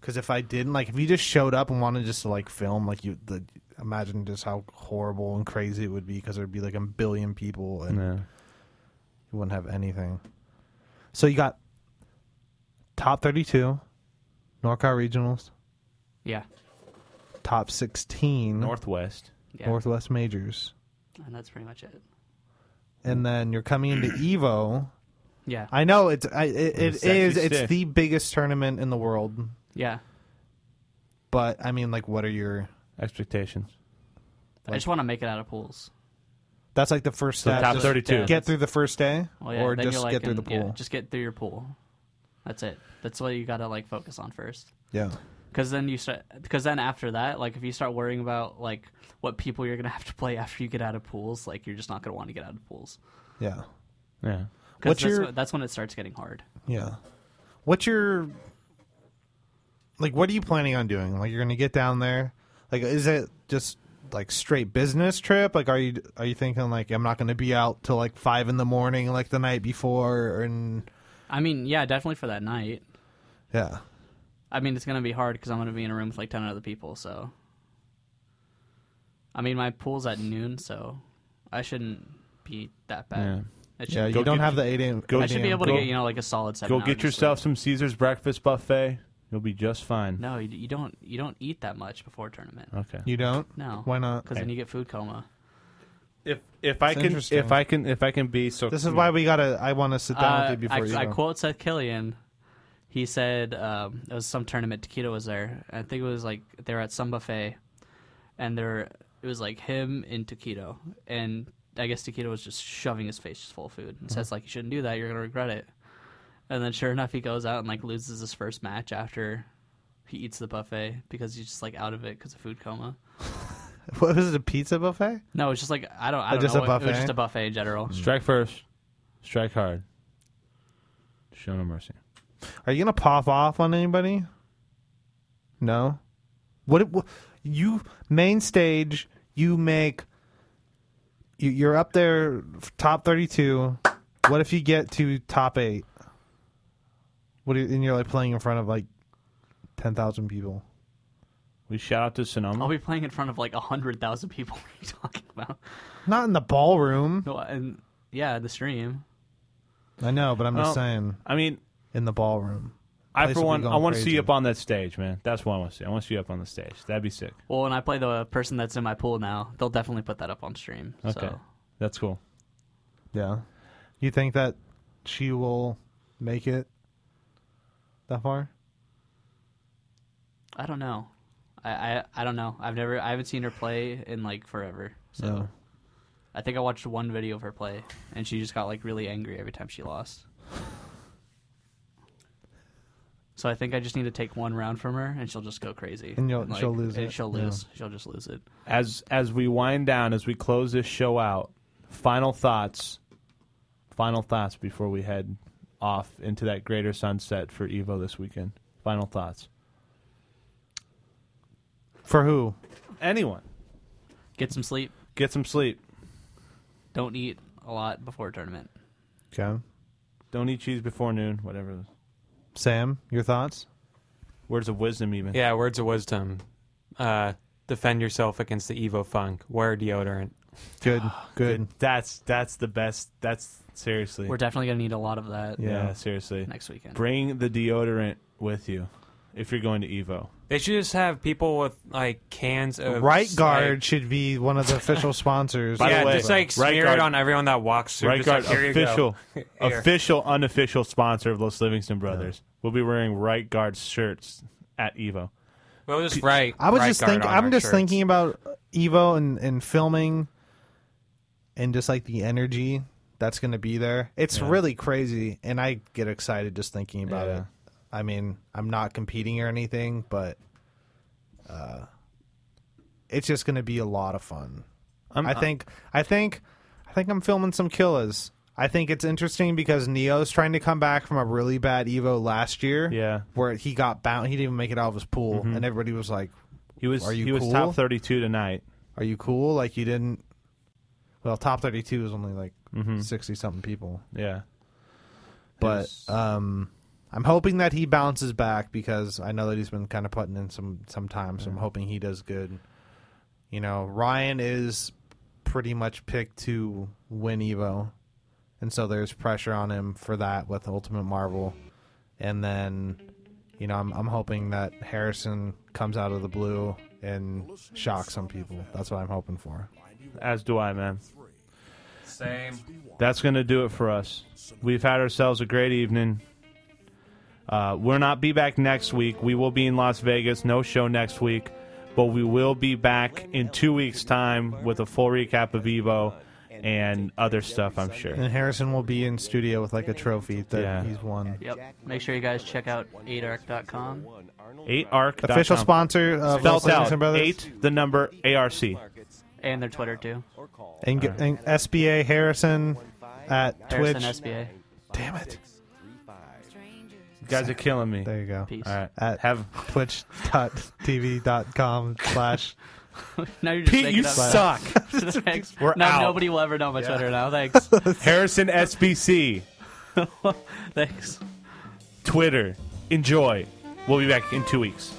I: because if I didn't, like, if you just showed up and wanted just to like film, like you, the, imagine just how horrible and crazy it would be because there'd be like a billion people and
H: Yeah.
I: you wouldn't have anything. So you got top thirty-two, NorCal regionals,
K: yeah,
I: top sixteen,
H: Northwest.
K: yeah,
I: Northwest majors,
K: and that's pretty much it.
I: and then you're coming into Evo.
K: Yeah,
I: I know it's I, it, it
H: Sexy
I: is it's
H: stick.
I: the biggest tournament in the world,
K: yeah.
I: but I mean, like, what are your
H: expectations.
K: I just want to make it out of pools.
I: That's like the first
H: So
I: step.
H: top
I: Just
H: 32.
I: Get through the first day,
K: Well, yeah,
I: or
K: then you're,
I: just
K: like,
I: get through
K: in-
I: the
K: yeah,
I: pool.
K: just get through your pool. That's it. That's what you gotta like focus on first.
I: Yeah.
K: Because then you start. Because then after that, like if you start worrying about like what people you're gonna have to play after you get out of pools, like you're just not gonna want to get out of pools.
I: Yeah.
H: Yeah.
K: Because
I: What's
K: that's,
I: your-
K: wh- that's when it starts getting hard.
I: Yeah. What's your like what are you planning on doing? Like you're going to get down there? Like is it just like straight business trip? Like are you are you thinking like I'm not going to be out till like 5 in the morning like the night before and
K: I mean, yeah, definitely for that night.
I: yeah.
K: I mean, it's gonna be hard because I'm gonna be in a room with like ten other people. So, I mean, my pool's at noon, so I shouldn't be that bad. It should
I: Yeah,
K: be-
I: you don't have the 8 a.m.
K: I should be able to get you know like a solid seven.
H: Go
K: hours
H: get
K: of sleep.
H: yourself some Caesar's breakfast buffet. You'll be just fine.
K: No, you, you don't. You don't eat that much before tournament.
H: Okay.
I: You don't?
K: No.
I: Uh, Why not?
K: Because then you get food coma.
H: If if I
K: It's
H: can
K: interesting.
H: if I can if I can be so
I: This is why we got to I want to sit down with you
K: Uh,
I: before
K: I,
I: you
K: I
I: go.
K: quote Seth Killian. He said um, it was some tournament. Taquito was there. I think it was like they were at some buffet, and there it was like him and Taquito, and I guess Taquito was just shoving his face full of food. And
I: Mm-hmm.
K: says like you shouldn't do that. You're gonna regret it. And then sure enough, he goes out and like loses his first match after he eats the buffet because he's just like out of it because of food coma.
I: What was it a pizza buffet?
K: No, it's just like I don't. I
I: Or
K: don't
I: just
K: know.
I: a
K: what-
I: buffet?
K: It
I: Mm-hmm.
K: was just a buffet in general.
H: Strike first, strike hard. Show no mercy.
I: Are you gonna pop off on anybody? No. What, what you main stage? You make. You, you're up there, f- top thirty-two. What if you get to top eight? What do you, and you're like playing in front of like ten thousand people?
H: We shout out to Sonoma.
K: I'll be playing in front of like hundred thousand people. What are you talking about?
I: Not in the ballroom.
K: No, and yeah, the stream.
I: I know, but I'm
H: Well,
I: just saying.
H: I mean,
I: in the ballroom.
H: I
I: Place
H: for
I: would be
H: one, I
I: going
H: want to see
I: crazy.
H: you up on that stage, man. That's what I want to see. I want to see you up on the stage. That'd be sick.
K: Well, when I play the person that's in my pool now, they'll definitely put that up on stream.
H: Okay,
K: So
H: that's cool.
I: Yeah. You think that she will make it that far?
K: I don't know. I, I I don't know. I've never I haven't seen her play in like forever. So
I: No.
K: I think I watched one video of her play, and she just got like really angry every time she lost. So I think I just need to take one round from her, and she'll just go crazy.
I: And you'll-
K: Like,
I: she'll lose
K: and
I: it,
K: She'll
I: yeah.
K: lose. She'll just lose it.
H: As as we wind down, as we close this show out, final thoughts, final thoughts before we head off into that greater sunset for Evo this weekend. Final thoughts.
I: For who?
H: Anyone.
K: Get some sleep.
H: Get some sleep.
K: Don't eat a lot before a tournament.
I: Okay.
H: Don't eat cheese before noon. Whatever.
I: Sam, your thoughts?
H: Words of wisdom, even.
J: Yeah, words of wisdom. Uh, defend yourself against the Evo funk. Wear deodorant.
I: Good, good.
H: That's that's the best. That's seriously.
K: We're definitely gonna need a lot of that.
H: yeah, seriously.
K: Next weekend.
H: Bring the deodorant with you if you're going to Evo.
J: They should just have people with like cans of
I: Right
J: like-
I: guard should be one of the official sponsors.
J: yeah, just like
H: Right
J: smear
H: Guard-
J: it on everyone that walks through.
H: Right
J: just
H: Guard,
J: like, "Here you go."
H: official,
J: Here.
H: official, unofficial sponsor of Los Livingston Brothers. We'll be wearing Right Guard shirts at Evo.
J: Well, just right.
I: I was
J: right
I: just
J: guard
I: thinking.
J: on
I: I'm
J: our
I: just
J: shirts.
I: thinking about Evo and, and filming, and just like the energy that's going to be there. It's really crazy, and I get excited just thinking about
H: Yeah.
I: it. I mean, I'm not competing or anything, but uh, it's just going to be a lot of fun.
H: I'm-
J: uh,
I: I think. I think. I think I'm filming some killas. I think it's interesting because Neo's trying to come back from a really bad Evo last year.
H: Yeah.
I: Where he got bound, he didn't even make it out of his pool,
J: Mm-hmm.
H: Mhm.
I: and everybody was like,
H: He was
I: Are you
H: he was
I: cool?
H: top 32 tonight.
I: Are you cool? Like you didn't. Well, top thirty-two is only like 60
H: Mhm.
I: something people,
H: Yeah,
I: but um, I'm hoping that he bounces back because I know that he's been kind of putting in some some time. So I'm hoping he does good. You know, Ryan is pretty much picked to win Evo, and so there's pressure on him for that with Ultimate Marvel, and then. You know, I'm, I'm hoping that Harrison comes out of the blue and shocks some people. That's what I'm hoping for.
H: as do I, man.
J: Same.
H: That's going to do it for us. We've had ourselves a great evening. Uh, we'll not be back next week. We will be in Las Vegas. No show next week. But we will be back in two weeks' time with a full recap of Evo and other stuff. I'm sure.
I: And Harrison will be in studio with like a trophy that
H: Yeah.
I: he's won.
K: Yep. Make sure you guys check out 8arc.com.
H: Eight arc
I: Official sponsor of
H: spelled
I: Wilson
H: out
I: Anderson Brothers.
H: eight the number arc.
K: And their Twitter, too.
I: And, get- and SBA Harrison at
K: Harrison
I: Twitch.
K: SBA.
I: Damn it.
H: You guys are killing me.
I: There you go.
K: Peace.
H: All right.
I: At
H: Have
I: twitch.tv.com slash.
K: Now you're just
H: Pete,
K: making
H: you
K: up
H: suck.
K: stuff. Thanks.
H: We're
K: now
H: out.
K: nobody will ever know my Twitter now. Thanks.
H: Harrison SBC
K: Thanks.
H: Twitter. Enjoy. We'll be back in two weeks.